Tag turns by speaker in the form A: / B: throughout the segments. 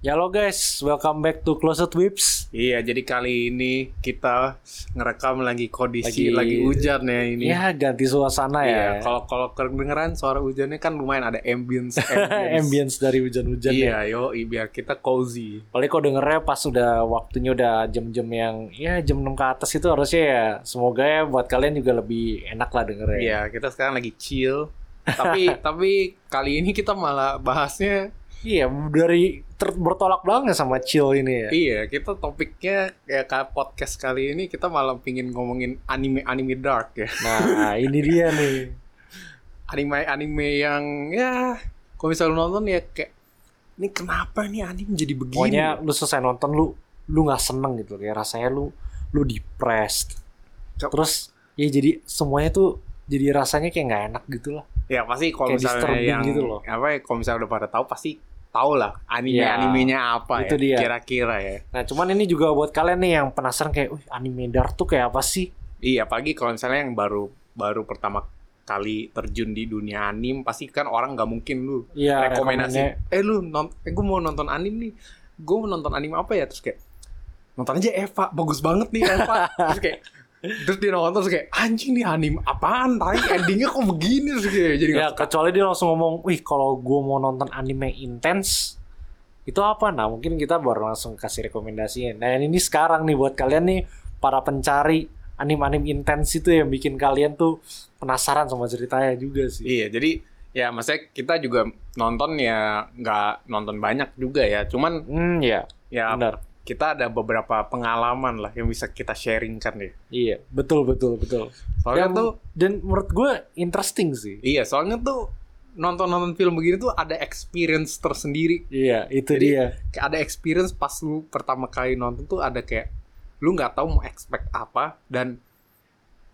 A: Ya lo guys, welcome back to Closet Whips.
B: Iya, jadi kali ini kita ngerekam lagi kondisi
A: Lagi-
B: lagi, hujan ya ini.
A: Ya ganti suasana
B: Iya,
A: ya.
B: kalau kalau kedengeran suara hujannya kan lumayan ada ambience ambience.
A: ambience dari hujan-hujan ya.
B: Iya, yo biar kita cozy.
A: Paling kok dengernya pas udah waktunya udah jam-jam yang ya jam 6 ke atas itu harusnya ya semoga ya buat kalian juga lebih enak lah dengernya.
B: Iya, kita sekarang lagi chill. tapi tapi kali ini kita malah bahasnya
A: Iya, dari ter- bertolak belakang sama chill ini ya.
B: iya, kita topiknya kayak kayak podcast kali ini kita malah pingin ngomongin anime anime dark ya.
A: Nah, ini dia nih.
B: Anime anime yang ya kalau misalnya lu nonton ya kayak ini kenapa nih anime jadi begini?
A: Pokoknya lu selesai nonton lu lu nggak seneng gitu kayak rasanya lu lu depressed.
B: Cok.
A: Terus ya jadi semuanya tuh jadi rasanya kayak nggak enak gitu lah.
B: Ya pasti kalau
A: Kayak
B: misalnya
A: disturbing
B: yang
A: gitu loh.
B: apa ya, kalau misalnya udah pada tahu pasti tahu lah anime
A: Ya,
B: animenya apa
A: itu dia.
B: ya kira-kira ya.
A: Nah, cuman ini juga buat kalian nih yang penasaran kayak, "Wih, anime dark tuh kayak apa sih?"
B: Iya, apalagi kalau misalnya yang baru baru pertama kali terjun di dunia anim pasti kan orang nggak mungkin lu
A: Iya, rekomennya-
B: rekomendasi. Eh lu non eh, gue mau nonton anim nih. Gue mau nonton anim apa ya terus kayak nonton aja Eva bagus banget nih Eva terus kayak terus dia nonton terus kayak anjing nih anim apaan tadi endingnya kok begini terus kayak jadi nggak
A: Ya, kecuali dia langsung ngomong, "Wih, kalau gua mau nonton anime intens, itu apa?" Nah, mungkin kita baru langsung kasih rekomendasinya. Nah, yang ini sekarang nih buat kalian nih para pencari anime-anime intens itu yang bikin kalian tuh penasaran sama ceritanya juga sih.
B: Iya, jadi ya maksudnya kita juga nonton ya nggak nonton banyak juga ya. Cuman
A: Hmm, ya,
B: ya
A: benar.
B: kita ada beberapa pengalaman lah yang bisa kita sharingkan deh.
A: Iya, betul betul betul.
B: Soalnya
A: Dan-
B: tuh
A: dan menurut gue interesting sih.
B: iya, soalnya tuh nonton-nonton film begini tuh ada experience tersendiri.
A: Iya, itu
B: Jadi-
A: dia.
B: Kayak ada experience pas lu pertama kali nonton tuh ada kayak lu nggak tahu mau expect apa dan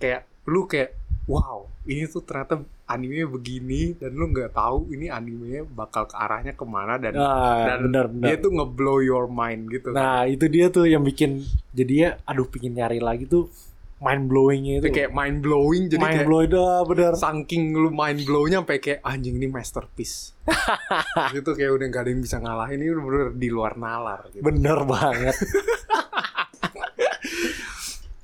B: kayak lu kayak wow, ini tuh ternyata animenya begini dan lu nggak tahu ini animenya bakal ke arahnya kemana dan
A: Nah,
B: dan
A: benar benar.
B: dia tuh ngeblow your mind gitu.
A: Nah itu dia tuh yang bikin jadi ya aduh pingin nyari lagi tuh mind blowingnya itu
B: itu kayak mind blowing jadi
A: mind
B: kayak
A: blowing dah bener
B: saking lu mind blownya sampai kayak anjing ini masterpiece. itu kayak udah gak ada yang bisa ngalahin ini bener-bener di luar nalar gitu.
A: bener banget.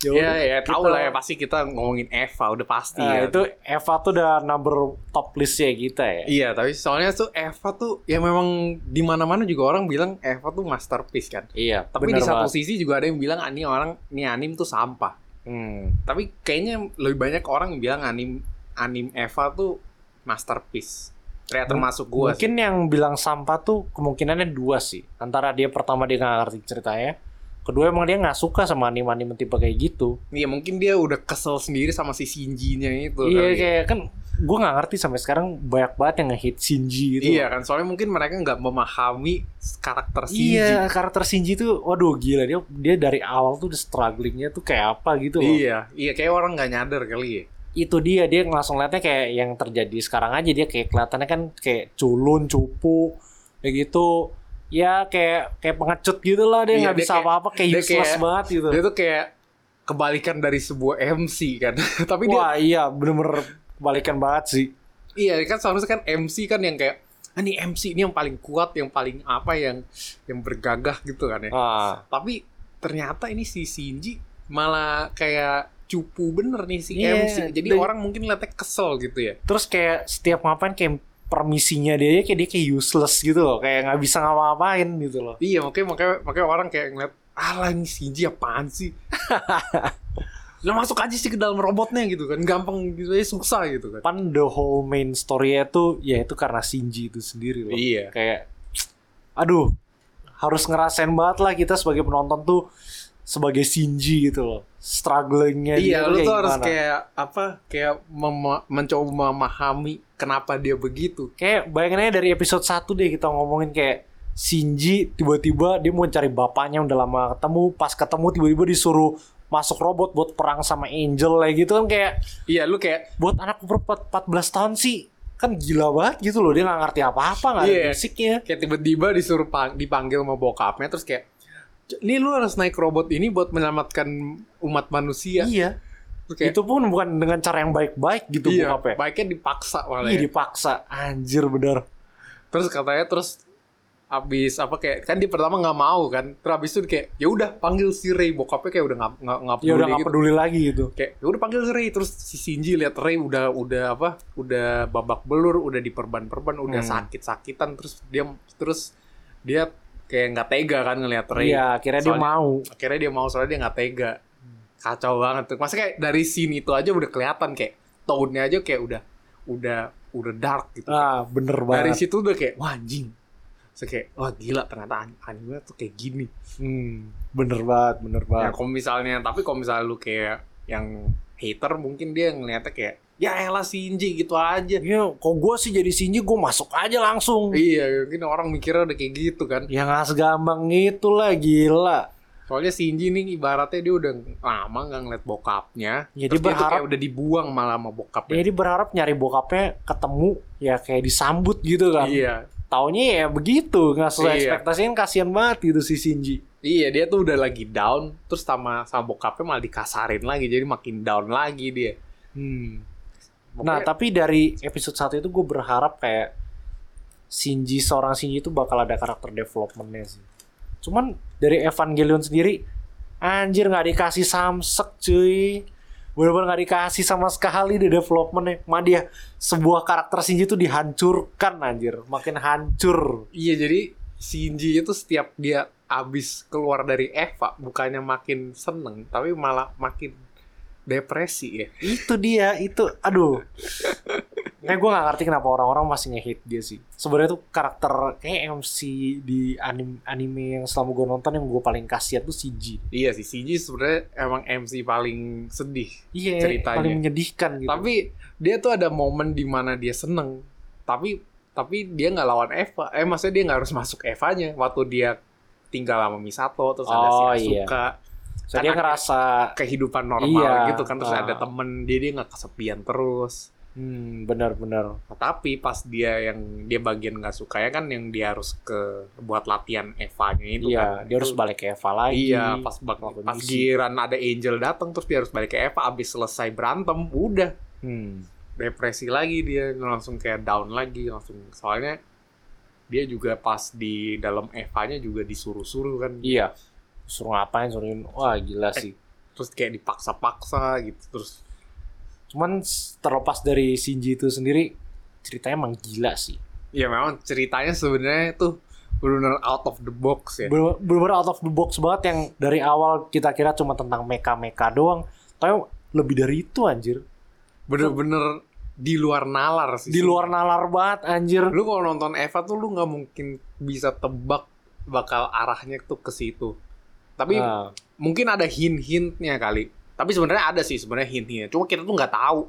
A: Ya
B: Ya
A: udah,
B: ya tahu
A: kita-
B: lah ya pasti kita ngomongin Eva udah pasti
A: Nah,
B: ya.
A: itu Eva tuh udah number top listnya kita ya.
B: Iya tapi soalnya tuh Eva tuh ya memang di mana-mana juga orang bilang Eva tuh masterpiece kan.
A: Iya.
B: Tapi
A: bener
B: di
A: banget.
B: satu sisi juga ada yang bilang "Ah, ini orang ini anim tuh sampah.
A: Hmm.
B: Tapi kayaknya lebih banyak orang bilang anim anim Eva tuh masterpiece. Kayak termasuk gua sih.
A: Mungkin yang bilang sampah tuh kemungkinannya dua sih. Antara dia pertama dia nggak ngerti ceritanya. Kedua emang dia nggak suka sama anime-anime tipe kayak gitu.
B: Iya mungkin dia udah kesel sendiri sama si Shinji-nya itu
A: iya
B: kali ya.
A: kayak kan gue nggak ngerti sampai sekarang banyak banget yang ngehit Shinji gitu.
B: Iya kan soalnya mungkin mereka nggak memahami karakter Shinji.
A: Iya, karakter Shinji tuh waduh gila dia dia dari awal tuh udah strugglingnya tuh kayak apa gitu loh.
B: Iya, iya kayak orang nggak nyadar kali ya.
A: Itu dia dia langsung liatnya kayak yang terjadi sekarang aja dia kayak kelihatannya kan kayak culun, cupu kayak gitu. Ya kayak kayak pengecut gitu lah dia
B: Iya,
A: nggak
B: dia
A: bisa
B: kayak-
A: apa-apa kayak
B: dia
A: useless
B: kayak-
A: banget gitu.
B: Dia tuh kayak kebalikan dari sebuah MC kan. Tapi dia
A: Wah, iya bener-bener balikan banget sih.
B: iya kan seharusnya kan MC kan yang kayak ah, ini MC ini yang paling kuat, yang paling apa yang yang bergagah gitu kan ya.
A: Ah,
B: Tapi ternyata ini si Shinji malah kayak cupu bener nih si
A: Iya,
B: MC. Jadi
A: dan-
B: orang mungkin liatnya kesel gitu ya.
A: terus kayak setiap ngapain kayak permisinya dia aja kayak dia kayak useless gitu loh, kayak nggak bisa ngapa-ngapain gitu loh.
B: Iya makanya makanya makanya orang kayak ngeliat ala ini Shinji apaan sih lo masuk aja sih ke dalam robotnya gitu kan gampang gitu aja susah gitu kan
A: Pan the whole main story-nya tuh ya itu karena Shinji itu sendiri loh.
B: iya
A: Kayak aduh, harus ngerasain banget lah kita sebagai penonton tuh sebagai Shinji gitu loh. Strugglingnya dia
B: iya lo tuh
A: kayak
B: harus
A: gimana.
B: kayak apa kayak mema- mencoba memahami kenapa dia begitu
A: kayak bayanginnya dari episode 1 deh kita ngomongin kayak Shinji tiba-tiba dia mau cari bapaknya udah lama nggak ketemu, pas ketemu tiba-tiba disuruh masuk robot buat perang sama Angel lah gitu kan kayak
B: iya lu kayak
A: buat anak umur 14 tahun sih kan gila banget gitu loh dia nggak ngerti apa-apa nggak ada
B: Iya.
A: basicnya.
B: kayak tiba-tiba disuruh pang- dipanggil sama bokapnya terus kayak ini lu harus naik robot ini buat menyelamatkan umat manusia
A: Iya.
B: Terus kayak,
A: Itu pun bukan dengan cara yang baik-baik gitu
B: iya, ya.
A: bokapnya.
B: baiknya dipaksa malah
A: Iya
B: ya.
A: dipaksa. Anjir bener.
B: terus katanya terus abis apa kayak kan dia pertama nggak mau kan terus abis itu dia kayak ya udah panggil si Ray bokapnya kayak udah nggak nggak nggak
A: ya udah
B: peduli
A: nggak
B: gitu.
A: peduli lagi gitu
B: kayak ya udah panggil si Ray terus si Shinji lihat Ray udah udah apa udah babak belur udah diperban-perban udah
A: Hmm.
B: sakit-sakitan terus dia terus dia kayak nggak tega kan ngelihat Ray
A: iya akhirnya dia
B: Soalnya-
A: mau
B: akhirnya dia mau soalnya dia nggak tega kacau banget tuh masa kayak dari scene itu aja udah kelihatan kayak tone-nya aja kayak udah udah udah dark gitu
A: ah bener
B: dari
A: banget
B: situ udah kayak wah anjing Terus kayak wah gila ternyata an- anime tuh kayak gini
A: Hmm, bener banget bener
B: ya
A: banget
B: kalau misalnya tapi kalau misalnya lu kayak yang hater mungkin dia ngeliatnya kayak ya elah Shinji gitu aja
A: Iya, kok gue sih jadi Shinji gue masuk aja langsung.
B: iya mungkin orang mikirnya udah kayak gitu kan
A: Ya ngas gampang itu lah gila.
B: soalnya Shinji nih ibaratnya dia udah lama nggak ngeliat bokapnya
A: Ya,
B: Terus
A: dia
B: tuh kayak
A: berharap-
B: udah dibuang malah sama bokapnya
A: Jadi berharap nyari bokapnya ketemu ya kayak disambut gitu kan.
B: iya
A: Taunya ya begitu, nggak sesuai
B: Iya.
A: ekspektasiin kasihan banget gitu si Shinji.
B: Iya dia tuh udah lagi down Terus sama, sama bokapnya malah dikasarin lagi Jadi makin down lagi dia
A: Hmm. Nah, tapi dari episode 1 itu gue berharap kayak Shinji seorang Shinji itu bakal ada karakter developmentnya sih. Cuman dari Evangelion sendiri anjir nggak dikasih samsek cuy. Bener-bener nggak dikasih sama sekali di developmentnya. Mah dia sebuah karakter Shinji itu dihancurkan anjir, makin hancur.
B: Iya jadi Shinji itu setiap dia abis keluar dari Eva Bukannya makin seneng Tapi malah makin depresi ya
A: Itu dia, itu aduh. Kayak gue gak ngerti kenapa orang-orang masih nge-hate dia sih. Sebenarnya tuh karakter kayak MC di anime, anime yang selama gue nonton yang gue paling kasihan tuh Shinji.
B: Iya sih Shinji sebenarnya emang MC paling sedih
A: Iya,
B: Ceritanya.
A: paling menyedihkan gitu.
B: Tapi dia tuh ada momen dimana dia seneng Tapi tapi dia nggak lawan Eva Eh maksudnya dia nggak harus masuk Evanya Waktu dia tinggal sama Misato Terus ada
A: Oh,
B: si
A: iya.
B: Asuka
A: so, dia
B: anak-
A: ngerasa
B: kehidupan normal
A: Iya,
B: gitu kan terus
A: ah.
B: ada temen dia dia nggak kesepian terus
A: hmm, benar-benar.
B: Nah, tapi pas dia yang dia bagian nggak suka ya kan yang dia harus ke buat latihan Evanya itu
A: Iya,
B: kan
A: dia harus
B: Itu-
A: balik ke Eva lagi.
B: iya pas bak
A: Lakuin
B: pas
A: misi.
B: giliran ada Angel datang terus dia harus balik ke Eva abis selesai berantem udah
A: Hmm.
B: depresi lagi dia langsung kayak down lagi langsung soalnya dia juga pas di dalam Evanya juga disuruh-suruh kan
A: Iya. Suruh ngapain, suruh wah gila sih.
B: terus kayak dipaksa-paksa gitu terus
A: Cuman s- terlepas dari Shinji itu sendiri ceritanya emang gila sih.
B: Ya memang ceritanya sebenarnya tuh benar out of the box ya.
A: Bener- Bener-bener out of the box banget yang dari awal kita kira cuma tentang meka-meka doang. Tapi lebih dari itu anjir.
B: Bener-bener di luar nalar sih.
A: Di luar nalar banget anjir.
B: Lu kalau nonton Eva tuh lu nggak mungkin bisa tebak bakal arahnya tuh ke situ. Tapi
A: Nah,
B: mungkin ada hint-hintnya kali. Tapi sebenarnya ada sih sebenarnya hint-hintnya. Cuma kita tuh nggak tahu.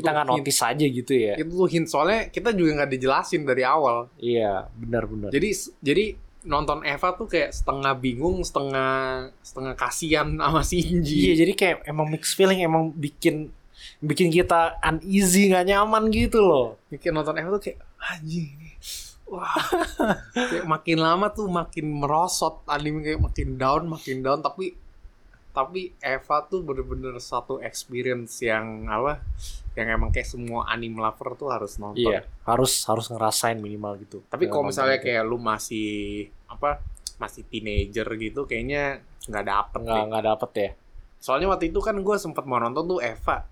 A: kita
B: tuh
A: nggak
B: hint.
A: notice aja gitu ya.
B: Itu tuh hint soalnya kita juga nggak dijelasin dari awal.
A: Iya, benar-benar.
B: Jadi jadi nonton Eva tuh kayak setengah bingung, setengah setengah kasihan sama Shinji.
A: Iya, jadi kayak emang mixed feeling emang bikin bikin kita uneasy nggak nyaman gitu loh.
B: Kayak nonton Eva tuh kayak anjing ini. Wah. kayak makin lama tuh makin merosot anime kayak makin down, makin down tapi tapi Eva tuh bener-bener satu experience yang apa yang emang kayak semua anime lover tuh harus nonton.
A: harus harus ngerasain minimal gitu.
B: Iya. Tapi
A: Dalam
B: kalau
A: Iya. nonton
B: misalnya
A: itu.
B: kayak lu masih apa masih teenager gitu kayaknya nggak dapet
A: nggak
B: deh.
A: nggak dapet ya.
B: Soalnya waktu itu kan gue sempet mau nonton tuh Eva.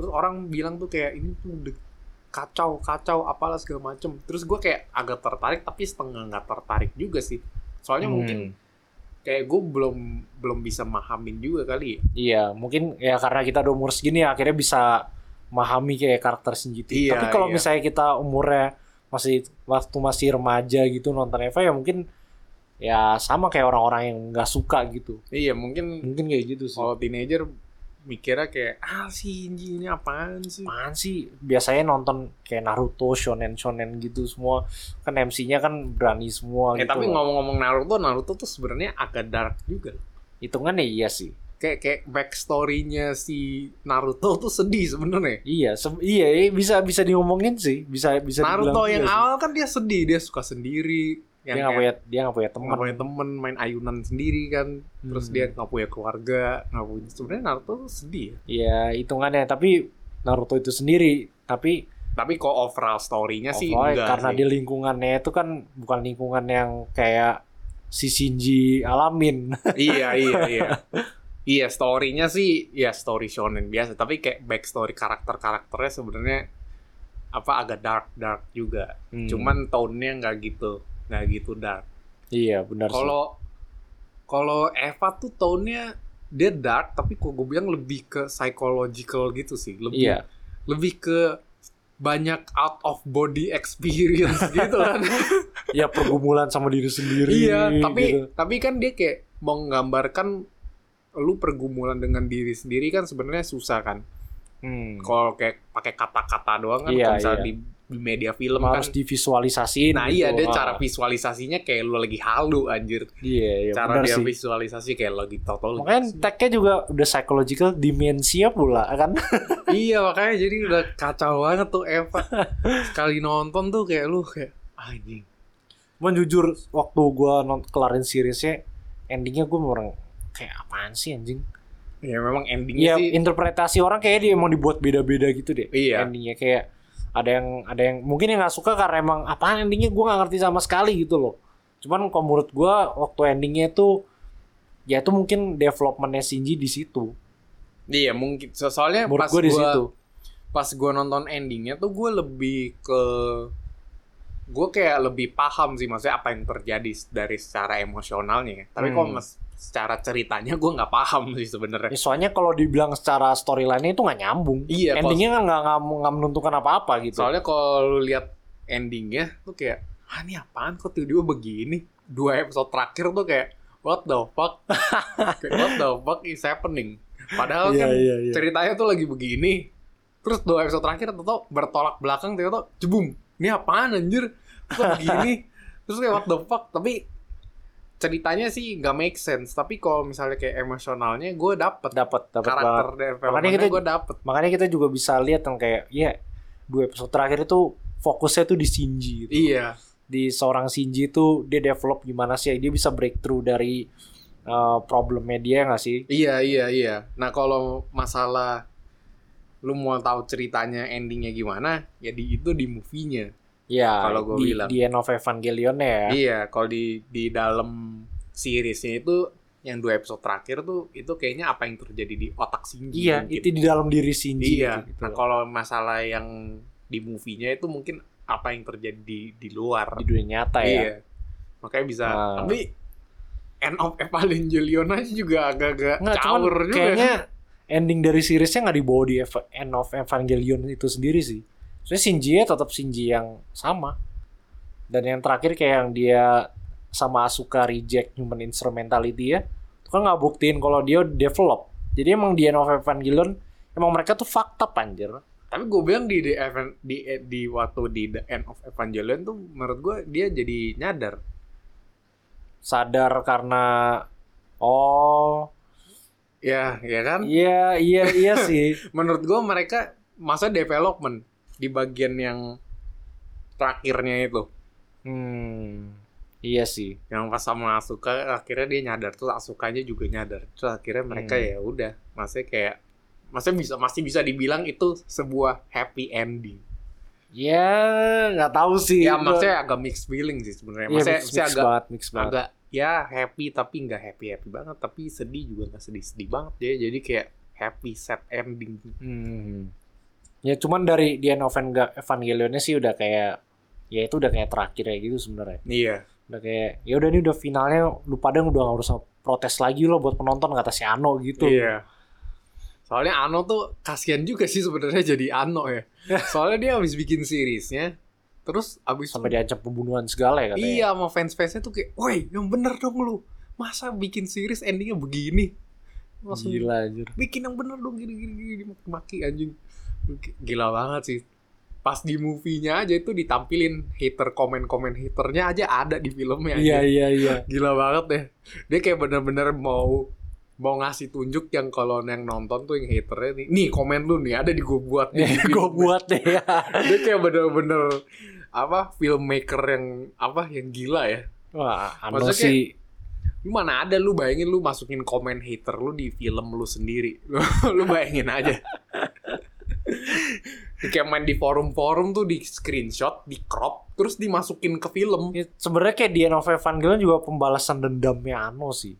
B: Terus orang bilang tuh kayak ini tuh udah kacau kacau apalah segala macem. Terus gue kayak agak tertarik tapi setengah nggak tertarik juga sih. Soalnya
A: Hmm.
B: mungkin kayak gue belum belum bisa mahamin juga kali. ya.
A: Iya, mungkin ya karena kita udah umur segini ya, akhirnya bisa memahami kayak karakter Shinji. itu.
B: Iya,
A: Tapi kalau
B: iya.
A: misalnya kita umurnya masih waktu masih remaja gitu nonton Eva ya mungkin ya sama kayak orang-orang yang nggak suka gitu.
B: Iya mungkin
A: Mungkin kayak gitu sih.
B: kalau teenager mikirnya kayak ah si Inji ini apaan sih?
A: apaan sih biasanya nonton kayak Naruto shonen shonen gitu semua kan MC-nya kan berani semua
B: Eh,
A: gitu
B: tapi
A: loh.
B: ngomong-ngomong Naruto, Naruto tuh sebenarnya agak dark juga. loh.
A: hitungannya iya sih
B: Kayak kayak backstory-nya si Naruto tuh sedih sebenarnya.
A: iya se- iya iya, bisa bisa diomongin sih bisa bisa dibilang
B: Naruto
A: iya
B: yang
A: sih.
B: awal kan dia sedih, dia suka sendiri,
A: dia
B: yang
A: nggak
B: kayak
A: punya dia nggak punya teman
B: nggak punya temen, main ayunan sendiri kan, terus
A: Hmm.
B: dia nggak punya keluarga, nggak punya. Sebenarnya Naruto tuh sedih. ya.
A: iya hitungannya tapi Naruto itu sendiri tapi
B: Tapi kok overall story-nya Ya sih
A: Overall, ya,
B: enggak
A: karena
B: sih.
A: di lingkungannya itu kan bukan lingkungan yang kayak si Shinji alamin.
B: iya iya iya iya story-nya sih ya story shonen biasa tapi kayak backstory karakter karakternya sebenarnya apa agak dark dark juga
A: Hmm.
B: cuman tone-nya nggak gitu nggak gitu dark
A: iya benar sih.
B: kalau kalau Eva tuh tone-nya dia dark tapi kok gue bilang lebih ke psychological gitu sih lebih
A: Iya.
B: lebih ke banyak out of body experience gitu kan
A: ya pergumulan sama diri sendiri.
B: Iya, tapi
A: gitu.
B: tapi kan dia kayak menggambarkan lu pergumulan dengan diri sendiri kan sebenarnya susah kan.
A: Hmm.
B: Kalau kayak pakai kata-kata doang kan
A: Iya,
B: kalau misalnya
A: iya.
B: di, di media film
A: harus
B: kan.
A: divisualisasiin.
B: Nah,
A: gitu.
B: iya dia
A: Ah,
B: cara visualisasinya kayak lu lagi halu anjir.
A: Iya, iya
B: cara
A: benar
B: dia
A: sih.
B: visualisasi kayak lagi total.
A: Makanya tag-nya juga udah psychological dimensia pula kan.
B: iya, makanya jadi udah kacau banget tuh Eva. Sekali nonton tuh kayak lu kayak anjing.
A: Cuman jujur waktu gua non kelarin seriesnya endingnya gue orang kayak apaan sih anjing?
B: Ya memang
A: Iya,
B: endingnya sih
A: interpretasi orang kayaknya dia emang dibuat beda-beda gitu deh.
B: Iya.
A: Endingnya kayak ada yang ada yang mungkin yang nggak suka karena emang apaan endingnya gue nggak ngerti sama sekali gitu loh. Cuman kalau menurut gue waktu endingnya itu ya itu mungkin developmentnya Shinji di situ.
B: Iya mungkin so- soalnya
A: Menurut
B: pas
A: gue di situ.
B: pas gue nonton endingnya tuh gue lebih ke gue kayak lebih paham sih maksudnya apa yang terjadi dari secara emosionalnya ya. tapi
A: Hmm.
B: kok mas secara ceritanya gue nggak paham sih sebenarnya
A: Ya, soalnya kalau dibilang secara storyline itu nggak nyambung.
B: Iya,
A: Endingnya kan nggak nggak nggak menentukan apa-apa gitu.
B: soalnya kalau lu lihat endingnya tuh kayak ah ini apaan kok tiba-tiba begini dua episode terakhir tuh kayak what the fuck Kayak, what the fuck is happening padahal kan
A: iya
B: ceritanya tuh lagi begini terus dua episode terakhir atau bertolak belakang tiba-tiba jebum ini apaan anjir kok begini terus kayak what the fuck tapi ceritanya sih nggak make sense tapi kalau misalnya kayak emosionalnya gue dapet
A: Dapat dapat banget.
B: karakter developmentnya
A: kita-
B: gue dapet
A: Makanya kita juga bisa lihat yang kayak ya dua episode terakhir itu fokusnya tuh di Shinji gitu.
B: iya
A: Di seorang Shinji itu dia develop gimana sih dia bisa breakthrough dari uh, problemnya dia nggak sih?
B: iya iya iya nah kalau masalah lu mau tahu ceritanya endingnya gimana ya di itu di movie-nya
A: Ya,
B: Kalau gua
A: di,
B: bilang.
A: di End of Evangelion ya.
B: Iya, kalau di di dalam seriesnya itu yang dua episode terakhir tuh itu kayaknya apa yang terjadi di otak Shinji.
A: Iya,
B: mungkin.
A: itu di dalam diri Shinji
B: Iya.
A: gitu.
B: Nah, kalau masalah yang di movie-nya itu mungkin apa yang terjadi di di
A: di
B: luar.
A: dunia nyata ya.
B: Iya. Makanya bisa
A: Nah.
B: tapi End of Evangelion aja juga agak-agak
A: Nggak, cuman
B: caur juga.
A: kayaknya ending dari seriesnya nggak dibawa di Eva- End of Evangelion itu sendiri sih. Soalnya Shinji ya tetap Shinji yang sama. Dan yang terakhir kayak yang dia sama Asuka reject human instrumentality ya. Itu kan nggak buktiin kalau dia develop. Jadi emang di End of Evangelion emang mereka tuh fakta panjer.
B: Tapi gue bilang di di, Evan- di di waktu di The End of Evangelion tuh menurut gue dia jadi nyadar.
A: Sadar karena oh
B: Ya, ya kan?
A: iya iya iya sih.
B: menurut gue mereka masa development di bagian yang terakhirnya itu
A: Hmm. Iya sih.
B: yang pas sama Asuka akhirnya dia nyadar terus Asukanya juga nyadar terus akhirnya mereka
A: Hmm.
B: ya udah masih kayak masih bisa masih bisa dibilang itu sebuah happy ending
A: Ya nggak tahu sih.
B: ya
A: Gua-
B: maksudnya agak mixed feeling sih sebenarnya
A: Iya, mix,
B: maksudnya maksudnya
A: mix
B: agak
A: banget, mix banget.
B: agak ya happy tapi nggak happy happy banget tapi sedih juga nggak sedih sedih banget ya jadi kayak happy sad ending
A: Hmm. Ya cuman dari The End of Evang- Evangelionnya sih udah kayak ya itu udah kayak terakhir ya gitu sebenarnya.
B: iya
A: Udah kayak ya udah nih udah finalnya lu pada udah nggak usah protes lagi lo buat penonton kata si Ano gitu.
B: Iya. Soalnya Ano tuh kasihan juga sih sebenarnya jadi Ano ya. Soalnya dia habis bikin seriesnya, terus habis
A: Sampai diancam pembunuhan segala ya katanya.
B: iya sama fans-fansnya tuh kayak, woi yang bener dong lu, masa bikin series endingnya begini? Langsung
A: Gila anjir.
B: bikin yang bener dong gini gini gini maki anjing. Gila banget sih. Pas di movie-nya aja itu ditampilin hater komen-komen haternya aja ada di filmnya.
A: Iya
B: anjing.
A: iya iya.
B: Gila banget deh. Dia kayak bener-bener mau mau ngasih tunjuk yang kalau yang nonton tuh yang haternya nih. Nih komen lu nih ada di gue buat nih.
A: Gue Iya, buat deh ya.
B: Dia kayak bener-bener apa filmmaker yang apa yang gila ya.
A: Wah, Ano
B: Maksudnya
A: sih
B: Lu mana ada lu bayangin lu masukin komen hater lu di film lu sendiri. Lu, lu bayangin aja. kayak main di forum-forum tuh di screenshot, di crop, terus dimasukin ke film.
A: Ya, sebenarnya kayak di End of Evangelion juga pembalasan dendamnya Ano sih.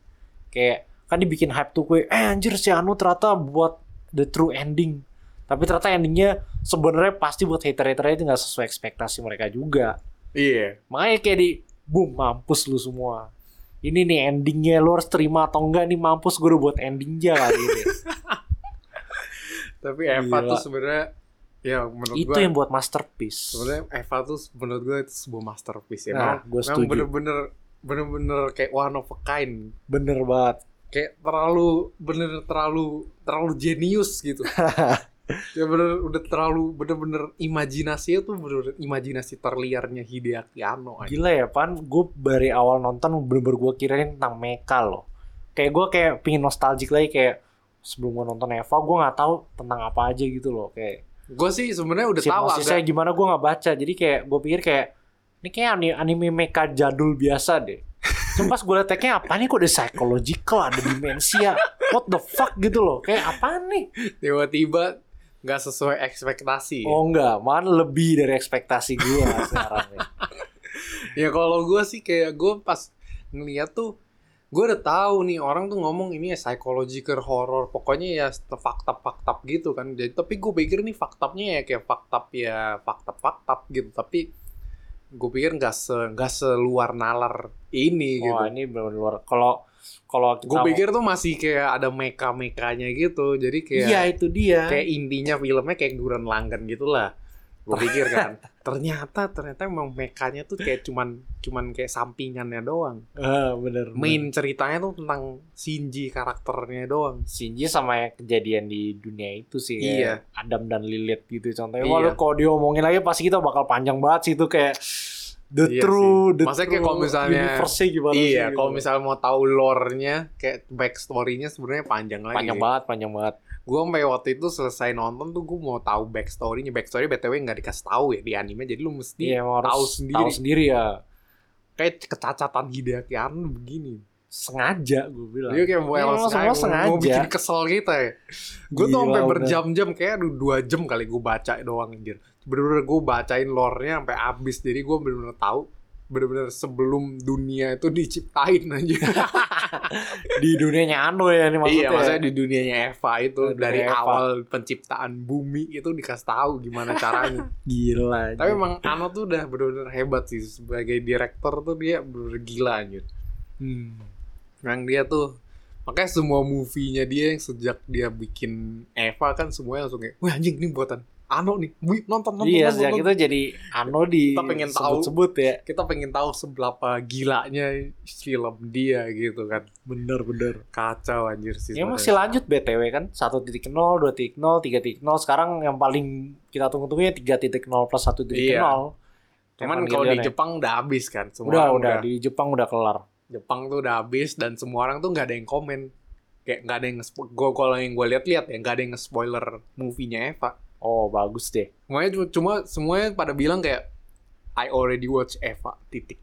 A: Kayak kan dibikin hype tuh gue, eh anjir si Ano ternyata buat the true ending. Tapi ternyata endingnya sebenarnya pasti buat hater-haternya itu nggak sesuai ekspektasi mereka juga.
B: Iya.
A: Makanya kayak di boom mampus lu semua. Ini nih endingnya lu harus terima atau enggak nih mampus gue udah buat endingnya kali ini.
B: Tapi Eva
A: Gila.
B: tuh sebenarnya ya menurut
A: itu
B: gua
A: yang buat masterpiece.
B: sebenarnya Eva tuh menurut gua itu sebuah masterpiece ya.
A: Nah,
B: Memang-
A: gue
B: memang
A: setuju.
B: bener-bener bener-bener kayak one of a kind.
A: Bener banget.
B: Kayak terlalu bener terlalu terlalu jenius gitu. ya bener udah terlalu bener-bener imajinasinya tuh bener-bener imajinasi terliarnya Hideaki Anno. anjing.
A: Gila ya Pan, gue dari awal nonton bener-bener gue kirain tentang mecha loh. Kayak gue kayak pingin nostalgic lagi kayak sebelum gue nonton Eva gue nggak tahu tentang apa aja gitu loh kayak
B: Gue sih sebenarnya udah tahu agak
A: sinopsisnya gimana gue nggak baca jadi kayak gue pikir kayak ini kayak anime, anime mecha jadul biasa deh Cuma pas gue liat tag-nya, apa nih kok ada psychological ada dimensia what the fuck gitu loh kayak apa nih
B: tiba-tiba nggak sesuai ekspektasi.
A: oh enggak man lebih dari ekspektasi gue sekarang nih.
B: Ya kalau gue sih kayak gue pas ngeliat tuh gue udah tahu nih orang tuh ngomong ini ya psychological horror pokoknya ya fakta fakta gitu kan jadi tapi gue pikir nih faktanya ya kayak fakta ya fakta fakta gitu tapi gue pikir nggak se nggak seluar nalar ini
A: wah
B: gitu
A: ini benar luar kalau kalau
B: gue
A: kita-
B: pikir tuh masih kayak ada meka mekanya gitu jadi kayak
A: iya itu dia
B: kayak intinya filmnya kayak Duran Langgan gitulah gue pikir kan ternyata ternyata emang mekanya tuh kayak cuman cuman kayak sampingannya doang
A: Ah, bener.
B: main ceritanya tuh tentang Shinji karakternya doang
A: Shinji sama yang kejadian di dunia itu sih kayak
B: Iya.
A: Adam dan Lilith gitu contohnya.
B: Iya.
A: Walau kalau diomongin lagi pasti kita bakal panjang banget sih itu kayak the
B: Iya
A: true,
B: sih.
A: the
B: Maksudnya
A: true
B: kayak kalau misalnya-
A: universe-nya gimana sih
B: iya
A: gitu.
B: kalau misalnya mau tahu lore-nya kayak backstory-nya sebenarnya panjang lagi
A: panjang banget, panjang banget.
B: gue sampai waktu itu selesai nonton tuh gue mau tahu backstory-nya backstory btw nggak dikasih tahu ya di anime jadi lu mesti
A: Iya, emang harus
B: tahu
A: tahu
B: sendiri.
A: sendiri. ya.
B: kayak kecacatan Hideaki Anno begini
A: Sengaja gue bilang.
B: Dia kayak mau
A: Iya,
B: emang
A: emang semua
B: Mau
A: sengaja.
B: bikin kesel kita ya. Gue tuh
A: Gila,
B: sampai
A: udah.
B: berjam-jam kayak aduh, dua jam kali gue baca doang anjir. Bener-bener gue bacain lore-nya sampai habis. Jadi gue bener-bener tahu bener-bener sebelum dunia itu diciptain aja.
A: Di dunianya Ano ya ini maksudnya.
B: iya, maksudnya di dunianya Eva itu
A: Dunia
B: dari
A: Eva.
B: awal penciptaan bumi itu dikasih tahu gimana caranya.
A: Gila.
B: Tapi emang Ano tuh udah bener-bener hebat sih sebagai direktur tuh dia bener-bener gila anjir.
A: Hmm.
B: Yang dia tuh makanya semua movie-nya dia yang sejak dia bikin Eva kan semuanya langsung kayak, wah anjing ini buatan Ano nih, wih nonton nonton.
A: Iya,
B: nonton,
A: sejak
B: nonton."
A: itu jadi Ano di
B: Kita pengen tahu.
A: sebut ya.
B: kita pengen tahu seberapa gilanya film dia gitu kan.
A: Bener-bener.
B: Kacau anjir sih.
A: Ya
B: sebenarnya.
A: masih lanjut BTW kan 1.0, 2.0, 3.0 Sekarang yang paling kita ya tunggu-tunggunya 3.0 plus 1.0
B: Iya. Cuman kalau di
A: Evangelion ya.
B: Jepang udah habis kan. Semua
A: Udah,
B: orang
A: udah, di Jepang udah kelar
B: Jepang tuh udah habis dan semua orang tuh nggak ada yang komen. Kayak nggak ada yang nge-spo- gua kalau yang gue lihat-lihat ya nggak ada yang nge-spoiler movie-nya Eva.
A: Oh bagus deh
B: Semuanya cuma, cuma semuanya pada bilang kayak I already watch Eva titik.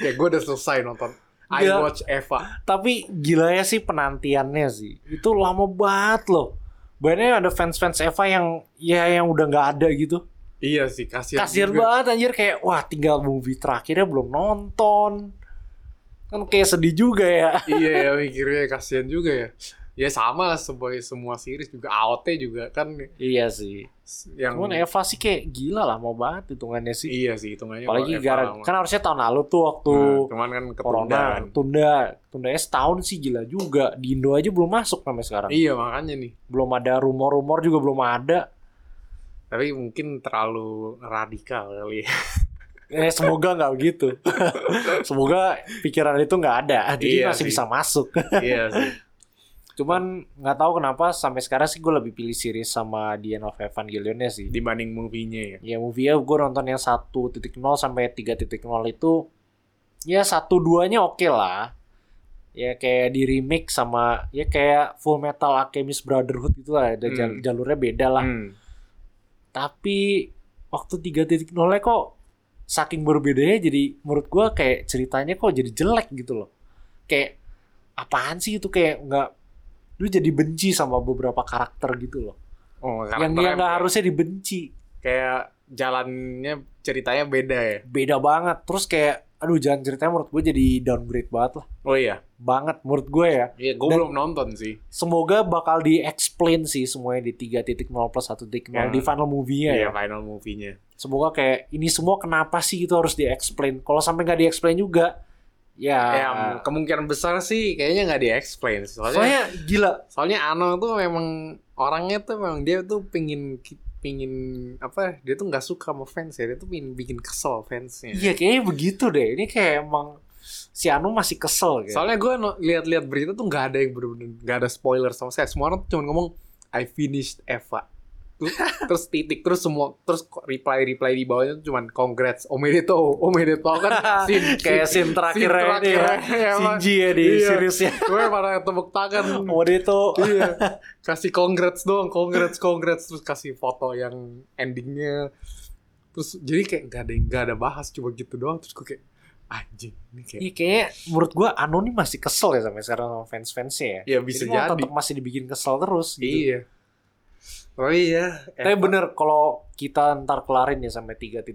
B: kayak gue udah selesai nonton. I
A: Gila.
B: watch Eva.
A: Tapi gila ya sih penantiannya sih Itu lama banget loh Banyak ada fans-fans Eva yang Ya yang udah nggak ada gitu
B: Iya sih kasihan.
A: Kasian
B: juga.
A: banget anjir Kayak wah tinggal movie terakhirnya belum nonton Kan kayak sedih juga ya
B: iya ya mikirnya kasihan juga ya. Ya sama lah sebagai semua series juga AOT juga kan
A: Iya sih
B: yang
A: Cuman Eva sih kayak gila lama banget hitungannya sih
B: iya sih hitungannya
A: Apalagi
B: kalau Eva
A: gara
B: sama-
A: kan harusnya tahun lalu tuh waktu
B: Nah, cuman kan ketunda
A: corona
B: kan.
A: tunda, tundanya setahun sih gila juga. Di Indo aja belum masuk sampai sekarang.
B: Iya makanya nih.
A: Belum ada rumor-rumor juga belum ada.
B: Tapi mungkin terlalu radikal kali. ya.
A: Eh semoga nggak begitu. semoga pikiran itu nggak ada. Jadi
B: Iya
A: masih
B: sih.
A: bisa masuk.
B: iya sih.
A: Cuman nggak tahu kenapa sampai sekarang sih gue lebih pilih series sama The End of Evangelion sih.
B: Dibanding movie-nya ya.
A: Ya movie-nya gue nonton yang 1.0 sampai 3.0 itu ya satu duanya oke lah. Ya kayak di remake sama ya kayak Full Metal Alchemist Brotherhood gitu lah, ada jal-
B: Hmm.
A: jalurnya beda lah.
B: Hmm.
A: Tapi waktu 3.0 -nya kok saking berbedanya jadi menurut gue kayak ceritanya kok jadi jelek gitu loh. Kayak apaan sih itu kayak nggak lu jadi benci sama beberapa karakter gitu loh.
B: Oh,
A: yang dia
B: karakternya
A: nggak
B: kayak-
A: harusnya dibenci
B: kayak jalannya ceritanya beda ya.
A: beda banget terus kayak aduh jangan ceritanya menurut gue jadi downgrade banget lah
B: Oh iya.
A: banget menurut gue ya
B: Iya, gue
A: Dan-
B: belum nonton sih.
A: semoga bakal di explain sih semuanya di 3.0 plus 1.0
B: Ya.
A: di final movie-nya ya
B: Iya, final movie-nya.
A: semoga kayak ini semua kenapa sih itu harus di explain kalau sampai nggak di explain juga ya,
B: Ya, kemungkinan besar sih kayaknya nggak di-explain. Soalnya,
A: soalnya gila
B: soalnya Ano tuh memang orangnya tuh memang dia tuh pingin pingin apa dia tuh nggak suka sama fans ya dia tuh pingin bikin kesel fansnya
A: iya kayaknya begitu deh ini kayak emang si Anu masih kesel kayak.
B: Soalnya gue no, lihat-lihat berita tuh nggak ada yang bener-bener nggak ada spoiler sama saya. Semua orang tuh cuma ngomong I finished Eva. Terus- terus titik terus semua terus reply reply di bawahnya tuh cuman congrats omedeto omedeto kan scene-
A: kayak scene
B: scene-
A: terakhirnya
B: scene
A: ini ya
B: terakhirnya, ya, Pak.
A: Shinji ya di
B: Iya.
A: seriesnya
B: gue pada tepuk tangan
A: mode itu
B: iya kasih congrats doang congrats congrats terus kasih foto yang endingnya terus jadi kayak nggak ada yang nggak ada bahas cuma gitu doang terus gue kayak anjing ini kayak
A: Iya kayaknya menurut gua Anu nih masih kesel ya sampai sekarang sama fans-fansnya ya.
B: ya bisa
A: Jadi,
B: jadi
A: tetap masih dibikin kesel terus gitu.
B: Iya. Oh iya.
A: Tapi bener kalau kita ntar kelarin ya sampai 3.0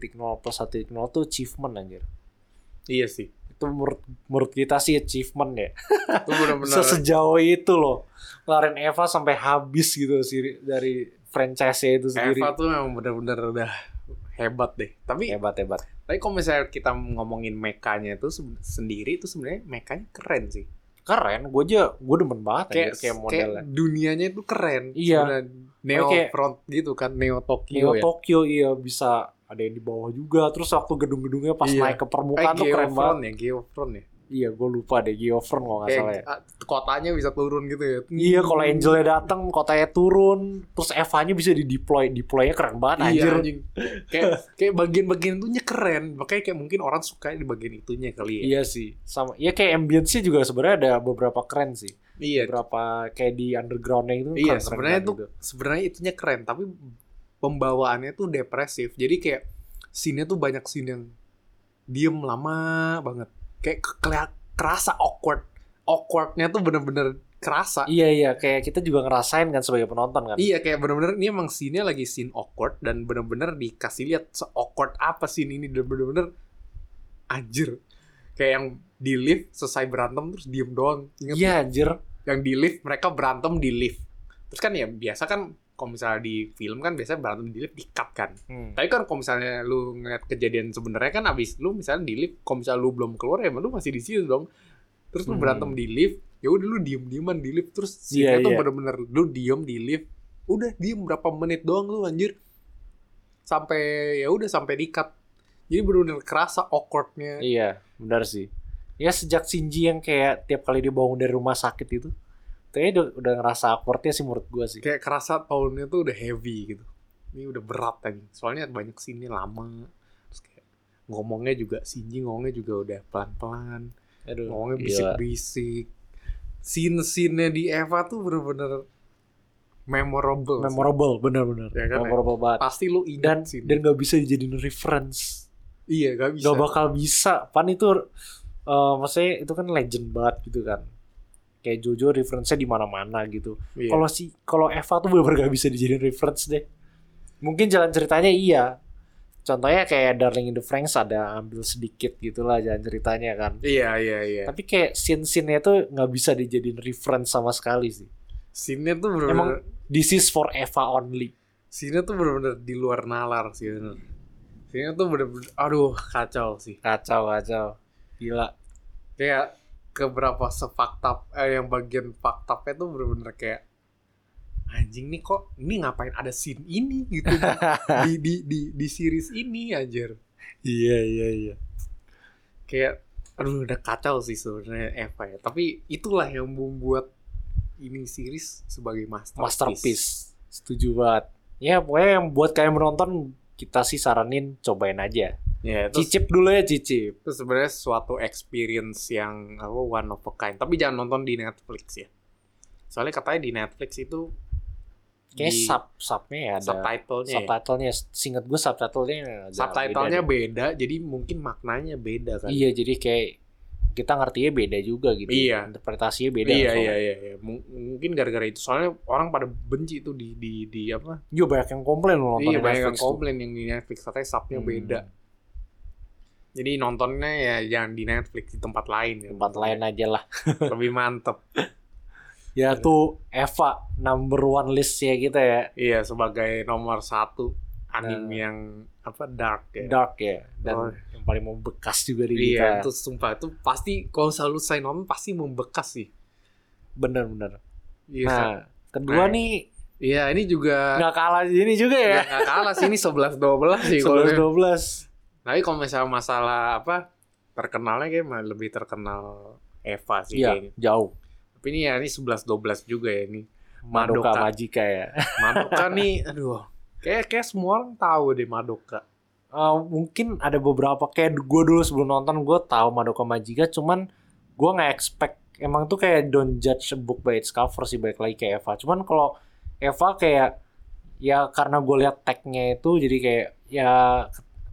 A: plus 1.0 tuh achievement anjir.
B: Iya sih.
A: Itu menurut, menurut kita sih achievement ya.
B: Itu benar-benar.
A: Bisa sejauh itu loh. Kelarin Eva sampai habis gitu sih dari franchise-nya itu sendiri.
B: Eva tuh memang benar-benar udah hebat deh. Tapi
A: Hebat hebat.
B: tapi kalau misalnya kita ngomongin mekanya itu seben- sendiri itu sebenarnya mekanya keren sih.
A: Keren, gue aja gue demen banget anjir,
B: Kayak
A: kayak
B: kayak,
A: modelnya.
B: dunianya itu keren.
A: Iya.
B: Sebenarnya Neo
A: Kayak-
B: Front gitu kan, Neo Tokyo
A: Neo
B: ya.
A: Tokyo iya bisa ada yang di bawah juga terus waktu gedung-gedungnya pas
B: Iya.
A: naik ke
B: Eh,
A: permukaan tuh
B: Geo
A: keren banget
B: Front ya, Geo Front ya.
A: iya gue lupa deh Geofront kalau nggak
B: Kayak
A: salah ya
B: ah, kotanya bisa turun gitu ya.
A: iya kalau Angelnya datang kotanya turun terus Eva-nya bisa di deploy deploynya keren banget
B: Iya,
A: anjir
B: anjing. Kayak kayak bagian-bagian itunya keren. Makanya kayak mungkin orang suka di bagian itunya kali ya.
A: iya sih sama iya kayak ambience-nya juga sebenarnya ada beberapa keren sih
B: Iya,
A: beberapa kayak di underground-nya itu
B: Iya,
A: keren-keren
B: sebenarnya
A: banget
B: tuh
A: gitu.
B: sebenarnya itunya keren, tapi pembawaannya tuh depresif. Jadi kayak scene-nya tuh banyak scene yang diem lama banget. Kayak ke- kelihak- kerasa awkward. Awkwardnya tuh bener-bener kerasa.
A: iya iya kayak kita juga ngerasain kan sebagai penonton kan
B: Iya kayak bener-bener ini emang scene-nya lagi scene awkward dan bener-bener dikasih lihat se-awkward apa scene ini dan bener-bener anjir. Kayak yang di lift selesai berantem terus diem doang. Ingat
A: iya anjir
B: yang di lift mereka berantem di lift terus kan ya biasa kan kalau misalnya di film kan biasanya berantem di lift di cut kan
A: Hmm.
B: tapi kan kalau misalnya lu ngeliat kejadian sebenarnya kan abis lu misalnya di lift kalau misalnya lu belum keluar ya lu masih di situ dong terus lu
A: Hmm.
B: berantem di lift ya udah lu diem dieman di lift terus sini
A: Iya,
B: tuh
A: iya.
B: bener-bener lu diem di lift udah diem berapa menit doang lu anjir sampai ya udah sampai di cut jadi bener-bener kerasa awkwardnya
A: Iya, benar sih. Ya sejak Shinji yang kayak tiap kali dia bangun dari rumah sakit itu, kayaknya udah, udah ngerasa awkwardnya sih menurut gua sih.
B: kayak kerasa tahunnya tuh udah heavy gitu ini udah berat lagi soalnya banyak scene lama terus kayak ngomongnya juga Shinji ngomongnya juga udah pelan-pelan
A: Aduh,
B: ngomongnya
A: gila.
B: bisik-bisik scene-scene di Eva tuh bener-bener memorable sih.
A: Memorable, bener-bener.
B: Ya kan, ya?
A: Memorable banget.
B: pasti lu
A: Dan
B: ingat scene
A: dan nggak bisa dijadiin reference.
B: iya gak bisa
A: Nggak bakal bisa. Pan itu, eh maksudnya itu kan legend banget gitu kan. Kayak Jojo reference-nya di mana-mana gitu.
B: Iya.
A: Kalau si kalau Eva tuh bener-bener gak bisa dijadiin reference deh. Mungkin jalan ceritanya iya. Contohnya kayak Darling in the Franks ada ambil sedikit gitulah jalan ceritanya kan.
B: iya iya iya
A: Tapi kayak scene-scene-nya tuh nggak bisa dijadiin reference sama sekali sih.
B: scene-nya tuh
A: Emang
B: bener-bener
A: this is for Eva only.
B: scene-nya tuh bener-bener di luar nalar sih bener scene-nya tuh bener-bener aduh kacau sih
A: Kacau kacau. Gila.
B: kayak keberapa sefaktap eh, yang bagian faktapnya tuh bener-bener kayak anjing nih kok ini ngapain ada scene ini gitu di di di di series ini anjir
A: Iya iya iya.
B: kayak aduh udah kacau sih sebenarnya Eva ya tapi itulah yang membuat ini series sebagai masterpiece,
A: Masterpiece. Setuju banget. Ya pokoknya yang buat kalian menonton kita sih saranin cobain aja.
B: ya itu,
A: Cicip dulu ya cicip.
B: itu sebenarnya suatu experience yang apa one of a kind tapi jangan nonton di Netflix ya soalnya katanya di Netflix itu
A: Kayak
B: di
A: sub subnya ya ada.
B: subtitlenya ya.
A: Subtitlenya, singkat gue subtitlenya. agak
B: subtitlenya
A: beda
B: beda, jadi mungkin maknanya
A: deh.
B: beda kan
A: Iya jadi kayak kita ngertinya beda juga gitu.
B: Iya.
A: Interpretasinya beda.
B: iya,
A: soalnya.
B: iya iya iya Mung- mungkin gara-gara itu soalnya orang pada benci itu di di di apa
A: Iya, banyak yang komplain loh nonton
B: iya
A: di
B: banyak yang
A: Netflix tuh.
B: komplain yang di Netflix katanya subnya
A: Hmm.
B: beda jadi nontonnya ya jangan di Netflix di tempat lain ya.
A: Tempat lain aja lah.
B: lebih mantep
A: Ya tuh Eva number one list ya kita ya.
B: iya sebagai nomor satu
A: Nah.
B: anime yang apa dark ya
A: Dark ya dan
B: Oh.
A: yang paling membekas juga di kita.
B: Iya, itu sumpah itu pasti kalau selalu saya nonton pasti membekas sih.
A: Bener-bener.
B: Iya,
A: nah,
B: Sa.
A: kedua
B: Nah.
A: nih
B: iya ini juga
A: nggak kalah ini juga ya.
B: nggak kalah sih ini 11 12 sih kalau
A: 11 12.
B: Tapi kalau misalnya masalah apa terkenalnya kayak mah lebih terkenal Eva sih
A: Iya,
B: kayaknya.
A: jauh.
B: Tapi ini ya ini 11 12 juga ya ini.
A: Madoka,
B: Madoka.
A: Magica ya.
B: Madoka nih aduh. Kayak kayak semua orang tahu deh Madoka.
A: Eh, mungkin ada beberapa kayak gue dulu sebelum nonton gue tahu Madoka Magica cuman gue nggak expect emang tuh kayak don't judge a book by its cover sih baik lagi kayak Eva cuman kalau Eva kayak ya karena gue lihat tagnya itu jadi kayak ya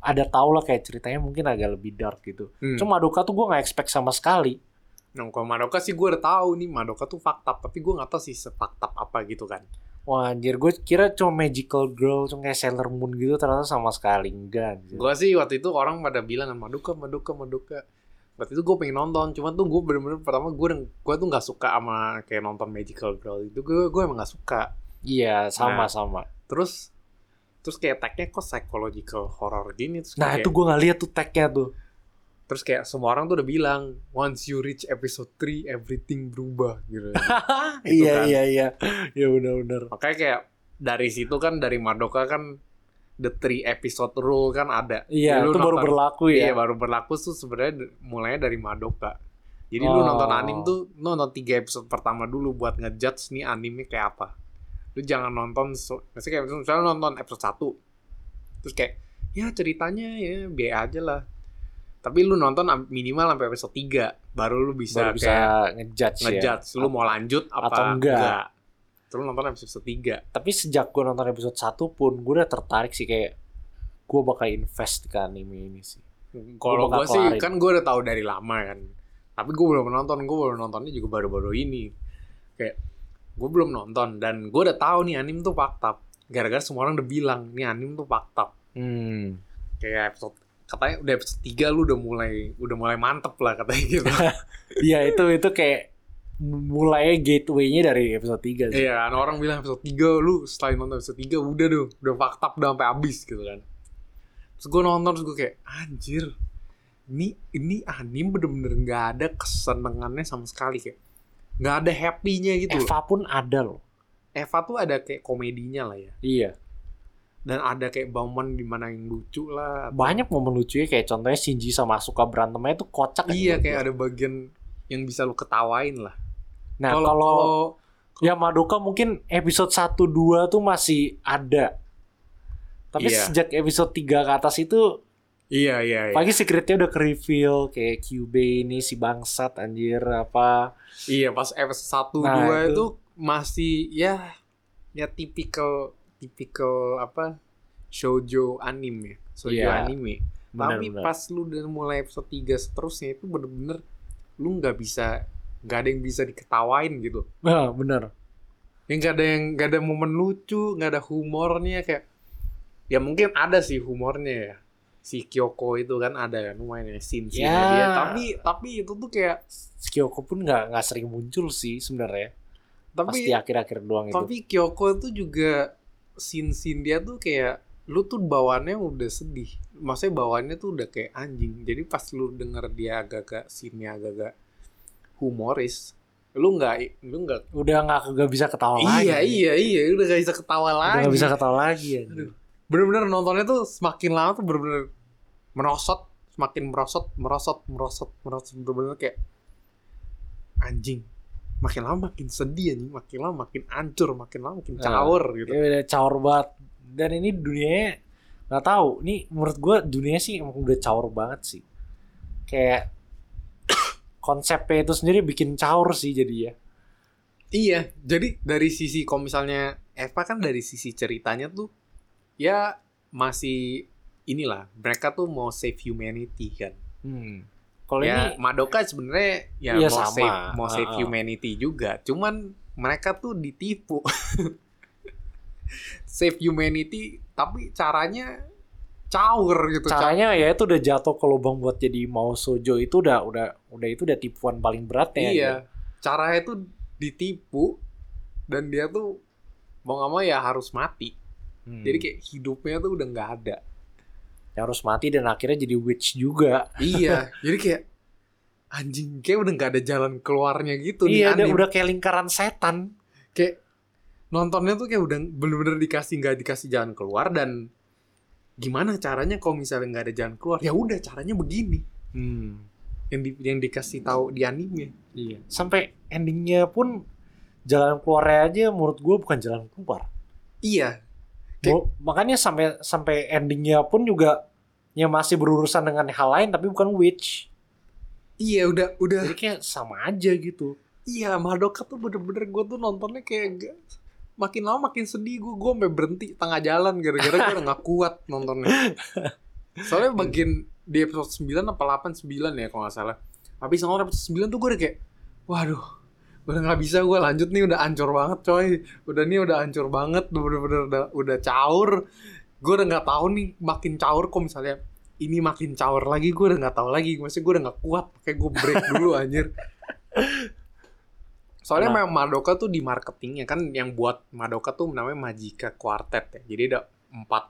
A: ada tau lah kayak ceritanya mungkin agak lebih dark gitu
B: Hmm.
A: cuma Madoka tuh gue nggak expect sama sekali
B: Nah, kalau Madoka sih gue udah tahu nih Madoka tuh fakta, tapi gue nggak tahu sih sefakta apa gitu kan.
A: wah anjir gue kira cuma magical girl cuma kayak Sailor Moon gitu ternyata sama sekali enggak anjir.
B: Gue sih waktu itu orang pada bilang kan Madoka, Madoka, Madoka. Waktu itu gue pengen nonton, cuma tuh gue bener-bener pertama gue gue tuh nggak suka sama kayak nonton Magical Girl itu gue gue emang nggak suka.
A: iya sama
B: Nah.
A: sama
B: terus terus kayak tagnya kok psychological horror gini terus
A: nah
B: kayak,
A: itu gue nggak lihat tuh tagnya tuh
B: terus kayak semua orang tuh udah bilang once you reach episode 3 everything berubah gitu Gitu
A: iya
B: kan.
A: iya iya iya benar-benar
B: makanya kayak dari situ kan dari Madoka kan the three episode rule kan ada
A: iya
B: Jadi lu
A: itu baru
B: nonton-
A: berlaku ya
B: iya baru berlaku tuh sebenarnya d- mulainya dari Madoka jadi lu
A: Oh.
B: nonton anime tuh lu nonton tiga episode pertama dulu buat ngejudge nih anime kayak apa lu jangan nonton so- maksudnya kayak misalnya lu nonton episode 1 terus kayak ya ceritanya ya biaya aja lah tapi lu nonton am- minimal sampai episode 3 baru lu bisa,
A: baru bisa
B: kayak
A: ngejudge ya
B: ngejudge lu mau lanjut apa
A: Atau enggak.
B: terus lu nonton episode 3
A: tapi sejak gue nonton episode 1 pun gue udah tertarik sih kayak gue bakal invest ke anime ini sih
B: kalau
A: bakal
B: gua sih
A: kelarin.
B: kan gua udah tahu dari lama kan tapi gua belum nonton gua baru nontonnya juga baru-baru ini kayak gua belum nonton dan gua udah tahu nih anime tuh fakta gara-gara semua orang udah bilang nih anime tuh fakta
A: hmm
B: kayak episode katanya udah episode 3 lu udah mulai udah mulai mantep lah katanya gitu
A: iya itu itu kayak mulainya gateway-nya dari episode 3 sih
B: iya kan orang bilang episode 3 lu setelah nonton episode 3 udah tuh udah fakta udah sampai habis gitu kan terus gue nonton terus gue kayak anjir ini ini anime bener-bener nggak ada kesenengannya sama sekali kayak nggak ada happy-nya gitu loh.
A: Eva pun ada loh
B: Eva tuh ada kayak komedinya lah ya
A: iya
B: dan ada kayak momen dimana yang lucu lah
A: banyak momen lucunya kayak contohnya Shinji sama Asuka berantemnya itu kocak kan
B: iya
A: menurut
B: kayak
A: gua.
B: ada bagian yang bisa lu ketawain lah
A: nah
B: Kalau-
A: kalau
B: kalau
A: Ya Madoka mungkin episode 1 2 tuh masih ada. Tapi
B: Iya.
A: sejak episode 3 ke atas itu
B: Iya iya iya.
A: pagi secretnya udah ke reveal kayak Kyubey ini si bangsat anjir apa.
B: Iya pas episode 1
A: Nah, itu.
B: 2 itu. masih ya ya tipikal tipikal apa shoujo anime ya. Shoujo
A: Iya,
B: anime. Tapi
A: Benar-benar.
B: pas lu udah mulai episode 3 seterusnya itu bener-bener lu nggak bisa nggak ada yang bisa diketawain gitu.
A: Nah, benar.
B: Yang nggak ada yang nggak ada momen lucu, nggak ada humornya kayak ya mungkin ada sih humornya ya. Si Kyoko itu kan ada kan lumayan ya scene
A: Ya.
B: dia. Tapi tapi itu tuh kayak
A: Kyoko pun nggak nggak sering muncul sih sebenarnya. Pas
B: tapi
A: di akhir-akhir doang itu.
B: Tapi Kyoko tuh juga sin-sin dia tuh kayak lu tuh bawaannya udah sedih. Maksudnya bawaannya tuh udah kayak anjing. Jadi pas lu denger dia agak-agak scene agak-agak humoris, lu nggak lu nggak
A: Udah nggak nggak bisa ketawa lagi.
B: iya, iya, iya, udah gak bisa ketawa
A: Udah
B: lagi.
A: nggak bisa ketawa lagi anjir.
B: Aduh. Bener-bener nontonnya tuh semakin lama tuh bener-bener merosot, semakin merosot, merosot, merosot, merosot, bener-bener kayak anjing. Makin lama makin sedih anjing, makin lama makin hancur, makin lama makin
A: Nah,
B: caur gitu.
A: Ya udah caur banget. Dan ini dunianya nggak tahu. Nih menurut gue dunianya sih emang udah caur banget sih. Kayak konsepnya itu sendiri bikin caur sih jadi ya.
B: Iya, jadi dari sisi kalau misalnya Eva kan dari sisi ceritanya tuh ya masih inilah mereka tuh mau save humanity kan.
A: Kalau
B: ya
A: ini
B: Madoka sebenarnya ya,
A: Iya,
B: mau
A: sama.
B: save mau save
A: Heeh.
B: humanity juga cuman mereka tuh ditipu save humanity tapi caranya caur gitu
A: caranya ya itu udah jatuh ke lubang buat jadi mau sojo itu udah udah udah itu udah tipuan paling beratnya.
B: iya caranya tuh ditipu dan dia tuh mau nggak mau ya harus mati
A: Hmm.
B: jadi kayak hidupnya tuh udah nggak ada
A: Yang harus mati dan akhirnya jadi witch juga.
B: iya jadi kayak anjing kayak udah nggak ada jalan keluarnya gitu nih
A: iya, dia
B: anime.
A: udah kayak lingkaran setan.
B: kayak nontonnya tuh kayak udah bener-bener dikasih nggak dikasih jalan keluar dan gimana caranya kalau misalnya nggak ada jalan keluar ya udah caranya begini
A: Hmm.
B: yang di, yang dikasih tahu di anime
A: Iya. Sampai endingnya pun jalan keluarnya aja menurut gue bukan jalan keluar.
B: iya Kayak-
A: Mo- makanya sampai sampai endingnya pun juga ya masih berurusan dengan hal lain tapi bukan witch.
B: iya udah udah
A: Jadi kayak sama aja gitu.
B: iya Madoka tuh bener-bener gue tuh nontonnya kayak nggak- makin lama makin sedih gue gue sampai berhenti tengah jalan gara-gara gue udah nggak kuat nontonnya soalnya bagian di episode 9 apa 8 9 ya kalau nggak salah habis nonton episode 9 tuh gue udah kayak waduh udah nggak bisa gue lanjut nih udah ancur banget coy udah nih udah ancur banget udah bener-bener udah, udah caur gue udah nggak tahu nih makin caur kok misalnya ini makin caur lagi gue udah nggak tahu lagi maksudnya gue udah nggak kuat kayak gue break dulu anjir soalnya
A: Nah.
B: memang Madoka tuh di marketingnya kan yang buat Madoka tuh namanya Majika Quartet ya jadi ada empat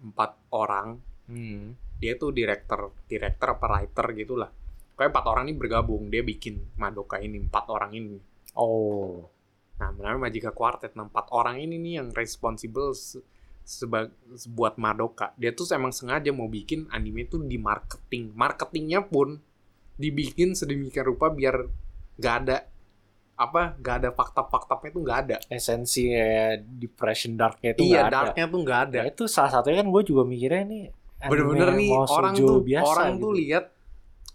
B: empat orang
A: Hmm.
B: dia tuh director director apa writer gitulah kayak empat orang ini bergabung dia bikin Madoka ini empat orang ini
A: Oh.
B: Nah, namanya Majika Quartet. Nah, empat orang ini nih yang responsible se- seba- buat Madoka. Dia tuh emang sengaja mau bikin anime itu di marketing. Marketingnya pun dibikin sedemikian rupa biar nggak ada apa nggak ada fakta-faktanya itu nggak ada.
A: Esensi eh, depression darknya itu nggak
B: iya,
A: ada.
B: darknya tuh nggak ada.
A: Nah, itu salah satunya kan gue juga mikirnya nih anime
B: Bener-bener nih
A: mau
B: orang
A: sojo
B: tuh
A: biasa
B: orang
A: gitu.
B: tuh lihat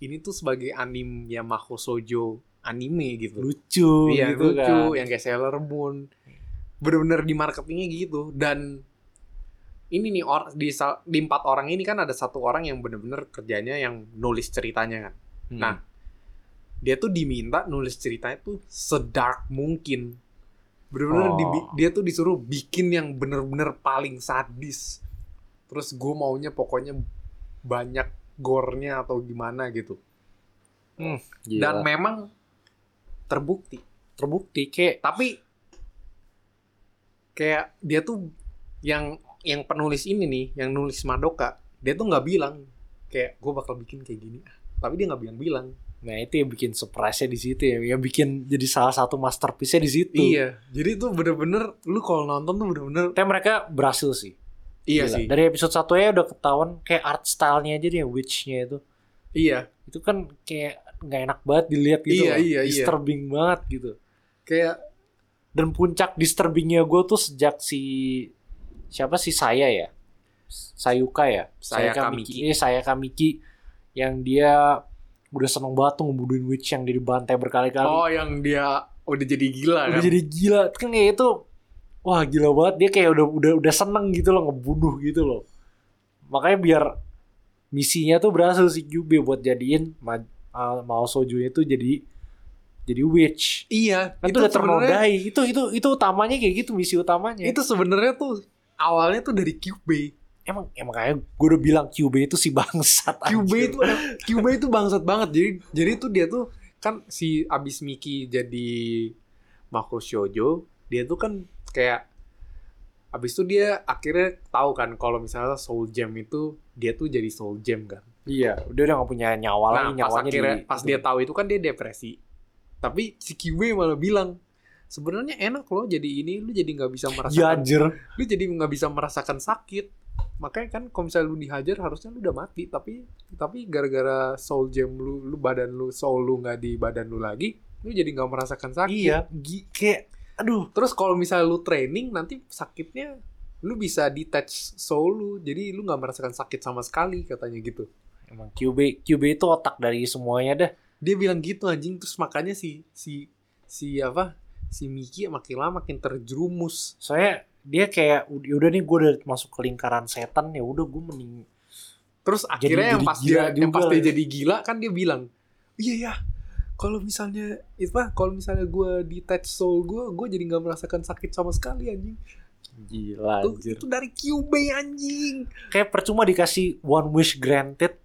B: ini tuh sebagai anime ya Maho Sojo anime gitu.
A: lucu
B: Iya
A: gitu
B: lucu,
A: kan.
B: yang kayak Sailor Moon. Bener-bener di marketingnya gitu dan ini nih or, di, sa- di empat orang ini kan ada satu orang yang bener-bener kerjanya yang nulis ceritanya kan.
A: Hmm.
B: Nah, dia tuh diminta nulis ceritanya tuh sedark mungkin. Bener-bener
A: Oh.
B: dibi- dia tuh disuruh bikin yang bener-bener paling sadis. Terus gue maunya pokoknya banyak gore-nya atau gimana gitu.
A: Hmm, gila.
B: Dan memang terbukti
A: Iya. terbukti kayak
B: tapi kayak dia tuh yang yang penulis ini nih yang nulis Madoka dia tuh nggak bilang kayak gue bakal bikin kayak gini ah tapi dia nggak bilang-bilang
A: nah itu yang bikin surprise-nya di situ ya yang bikin jadi salah satu masterpiece-nya di situ
B: iya jadi tuh bener-bener lu kalau nonton tuh bener-bener
A: tapi mereka berhasil sih
B: iya
A: Gila.
B: sih
A: dari episode satu ya udah ketahuan kayak art style-nya aja deh witch-nya itu
B: iya
A: itu kan kayak nggak enak banget dilihat gitu
B: Iya,
A: loh.
B: iya, iya.
A: disturbing banget gitu
B: kayak
A: dan puncak disturbingnya gue tuh sejak si siapa sih saya ya Sayuka ya
B: Sayaka
A: Miki.
B: Miki.
A: eh saya Kamiki yang dia udah seneng banget tuh ngebunuhin witch yang dia dibantai berkali-kali
B: oh yang dia udah jadi gila
A: udah
B: kan
A: jadi gila kan kayak itu wah gila banget dia kayak udah udah udah seneng gitu loh ngebunuh gitu loh makanya biar misinya tuh berhasil si Kyuubi buat jadiin ma uh, mau sojunya tuh jadi jadi witch
B: iya
A: kan itu, udah
B: sebenarnya-
A: ternodai itu itu itu utamanya kayak gitu misi utamanya
B: itu sebenarnya tuh awalnya tuh dari QB
A: emang emang kayak gue udah bilang Kyuubi itu si bangsat
B: QB
A: anjir.
B: itu QB itu bangsat banget jadi jadi tuh dia tuh kan si abis Miki jadi Mako Shoujo dia tuh kan kayak abis itu dia akhirnya tahu kan kalau misalnya Soul Gem itu dia tuh jadi Soul Gem kan
A: iya dia udah gak punya nyawa lagi
B: nah pas
A: nyawanya Iya,
B: akhirnya
A: di-
B: pas dia tahu itu kan dia depresi tapi si QB malah bilang sebenarnya enak loh jadi ini lu jadi nggak bisa
A: ya
B: merasakan
A: anjir
B: lu jadi nggak bisa merasakan sakit makanya kan kalau misalnya lu dihajar harusnya lu udah mati tapi tapi gara-gara soul gem lu lu badan lu soul lu nggak di badan lu lagi lu jadi nggak merasakan sakit
A: iya gi- kayak aduh
B: terus kalau misalnya lu training nanti sakitnya lu bisa detach soul lu jadi lu nggak merasakan sakit sama sekali katanya gitu
A: Emang QB QB itu otak dari semuanya dah.
B: dia bilang gitu anjing terus makanya si si si apa si Miki makin lama makin terjerumus
A: Soalnya dia kayak udah nih gue udah masuk ke lingkaran setan ya udah gue mending
B: Terus akhirnya yang
A: jadi
B: pas
A: gila
B: dia yang
A: juga
B: pas dia
A: lah ya.
B: jadi gila kan dia bilang, "Iya ya, kalau misalnya itu mah kalau misalnya gua detach soul gua, gua jadi nggak merasakan sakit sama sekali anjing."
A: Gila
B: Tuh,
A: anjir.
B: itu dari QB anjing.
A: Kayak percuma dikasih one wish granted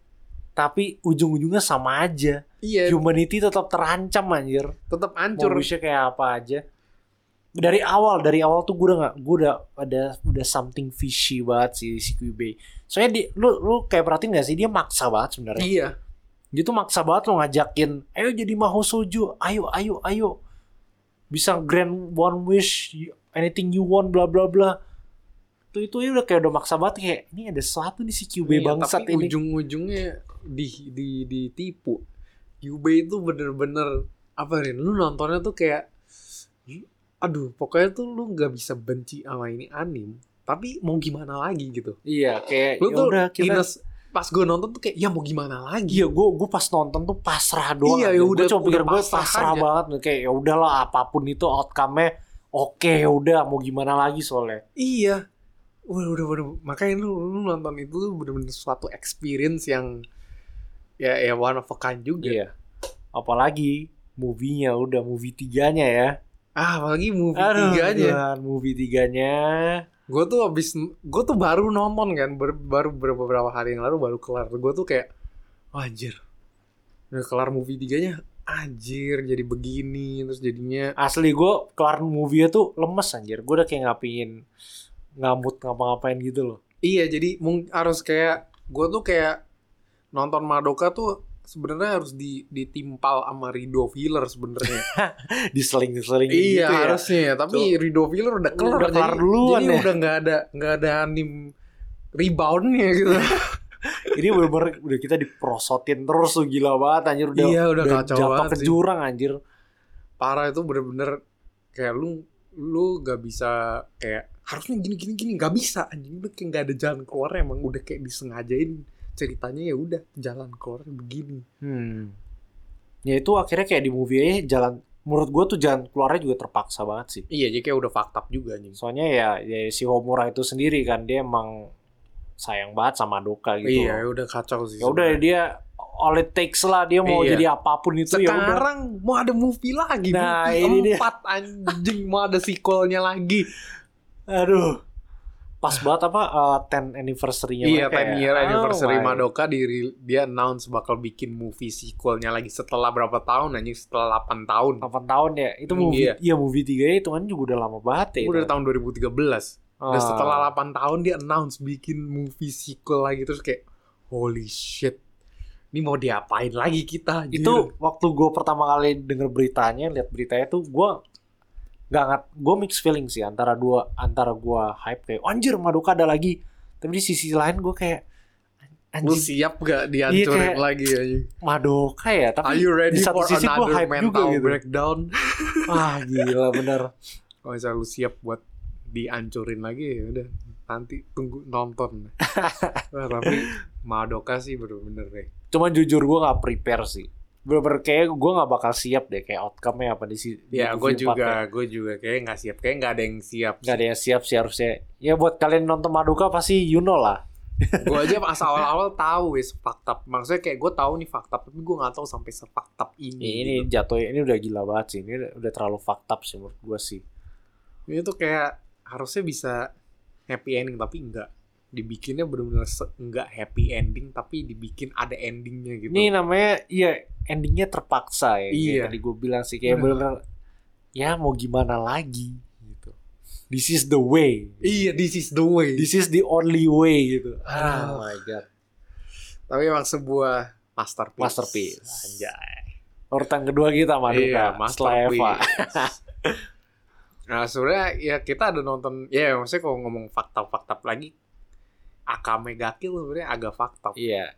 A: tapi ujung-ujungnya sama aja.
B: Iya,
A: Humanity tetap terancam anjir.
B: tetap
A: Mau
B: hancur.
A: wishnya kayak apa aja. Dari awal, dari awal tuh gue udah gak, gue udah ada udah something fishy banget sih si QB. Soalnya di, lu lu kayak perhatiin gak sih dia maksa banget sebenarnya.
B: Iya,
A: Dia tuh maksa banget lo ngajakin, ayo jadi Maho Soju, ayo, ayo, ayo. Bisa grand one wish, you- anything you want, bla bla bla. Itu itu ya udah kayak udah maksa banget kayak, ini ada sesuatu nih si QB
B: Iya,
A: bangsat
B: tapi
A: ini.
B: ujung-ujungnya di di ditipu. QB itu bener-bener apa nih? Lu nontonnya tuh kayak aduh, pokoknya tuh lu nggak bisa benci sama ini anim, tapi mau gimana lagi gitu.
A: Iya, kayak
B: lu tuh
A: udah kita
B: Ines, pas gue nonton tuh kayak ya mau gimana lagi
A: Iya, gue gue pas nonton tuh pasrah doang.
B: Iya,
A: aja.
B: ya
A: Gua
B: udah-
A: cuma pikir
B: udah
A: gue
B: pasrah
A: pasrah
B: aja.
A: banget nih. kayak ya udahlah apapun itu outcome-nya oke ya udah mau gimana lagi soalnya.
B: iya udah udah udah makanya lu, lu nonton itu tuh bener-bener suatu experience yang ya ya one of a kind juga
A: Iya. Apalagi movie-nya udah movie tiganya ya.
B: ah apalagi movie
A: Aduh,
B: tiganya
A: Tuhan, movie tiganya.
B: gue tuh abis gue tuh baru nonton kan ber- baru ber- beberapa hari yang lalu baru kelar gue tuh kayak "Wah, anjir udah kelar movie tiganya anjir jadi begini terus jadinya
A: Asli gue kelar movie-nya tuh lemes anjir. Gue udah kayak ngapingin ngamut ngapa-ngapain gitu loh.
B: Iya, jadi mung- harus kayak gue tuh kayak nonton Madoka tuh sebenarnya harus di ditimpal sama Rido Filler sebenarnya.
A: Diseling-seling
B: iya,
A: gitu ya.
B: harusnya. Tapi
A: Tuh.
B: Rido Filler udah kelar,
A: Udah kelar
B: jadi,
A: duluan
B: jadi
A: ya.
B: udah nggak ada nggak ada anim reboundnya gitu.
A: Ini bener-bener udah kita diprosotin terus tuh gila banget anjir udah.
B: Iya, udah kacau
A: jatuh
B: banget
A: ke
B: sih.
A: jurang anjir.
B: Parah itu bener-bener kayak lu lu gak bisa kayak harusnya gini gini gini nggak bisa anjing udah kayak nggak ada jalan keluar emang udah kayak disengajain ceritanya ya udah jalan keluar begini
A: Hmm. Ya itu akhirnya kayak di movie aja jalan menurut gue tuh jalan keluarnya juga terpaksa banget sih.
B: iya jadi kayak udah fucked up juga anjing
A: Soalnya ya, ya si Homura itu sendiri kan dia emang sayang banget sama Doka gitu.
B: Iya, udah kacau sih.
A: Ya udah
B: sebenarnya.
A: dia all it takes lah dia mau
B: Iya.
A: jadi apapun itu ya udah.
B: sekarang mau ada movie lagi.
A: Nah,
B: movie
A: ini dia.
B: empat anjing mau ada sequelnya lagi.
A: Aduh. Pas banget apa uh, 10 anniversary-nya
B: iya,
A: mereka ya.
B: 10 year
A: Oh
B: anniversary
A: my.
B: Madoka diri- dia announce bakal bikin movie sequelnya lagi setelah berapa tahun anjing? Setelah 8 tahun.
A: 8 tahun ya. Itu
B: Hmm,
A: movie
B: iya.
A: iya movie 3 itu kan juga udah lama banget ya.
B: Udah
A: itu.
B: tahun 2013.
A: Ah.
B: Dan setelah 8 tahun dia announce bikin movie sequel lagi terus kayak holy shit. Ini mau diapain lagi kita? anjir?
A: itu waktu gue pertama kali denger beritanya lihat beritanya tuh gue nggak ngat gue mix feeling sih antara dua antara gue hype kayak "Oh, anjir Madoka ada lagi tapi di sisi lain gue kayak
B: lu
A: anjir
B: siap gak dihancurin
A: Iya, kayak-
B: lagi anjing?
A: Madoka ya
B: Are
A: tapi
B: you ready
A: satu
B: for
A: sisi gua
B: another
A: hype juga
B: mental
A: gitu.
B: breakdown?
A: ah gila bener
B: Kalau misalnya lu siap buat dihancurin lagi ya udah nanti tunggu nonton. Wah, tapi Madoka sih bener-bener eh. deh.
A: cuman jujur gue nggak prepare sih bener-bener kayak gue nggak bakal siap deh kayak outcome-nya apa di sini
B: Ya gue juga, gue juga kayak nggak siap, kayak nggak ada yang siap.
A: nggak ada yang siap sih harusnya ya buat kalian nonton Madoka pasti you know lah
B: Gue aja pas awal-awal tahu wis fucked up. Maksudnya kayak gue tahu nih fucked up, tapi gue nggak tahu sampai se fucked up ini.
A: ini
B: gitu.
A: jatuh ini udah gila banget sih ini udah- udah terlalu fucked up sih menurut gue sih
B: Gitu. ini tuh kayak harusnya bisa happy ending tapi enggak dibikinnya bener-bener se- enggak happy ending tapi dibikin ada endingnya gitu.
A: Ini namanya iya endingnya terpaksa ya. Kayak
B: Iya.
A: tadi gue bilang sih kayak
B: Udah.
A: benar ya mau gimana lagi gitu. This is the way.
B: Iya, this is the way.
A: This is the only way gitu.
B: Ah.
A: Oh my god.
B: tapi emang sebuah masterpiece.
A: Masterpiece.
B: Anjay.
A: Urutan kedua kita Maduka
B: Iya,
A: setelah Eva.
B: masterpiece. nah, sebenarnya ya kita ada nonton ya maksudnya kalau ngomong fakta-fakta lagi Akame ga Kill sebenarnya agak fakta.
A: Iya.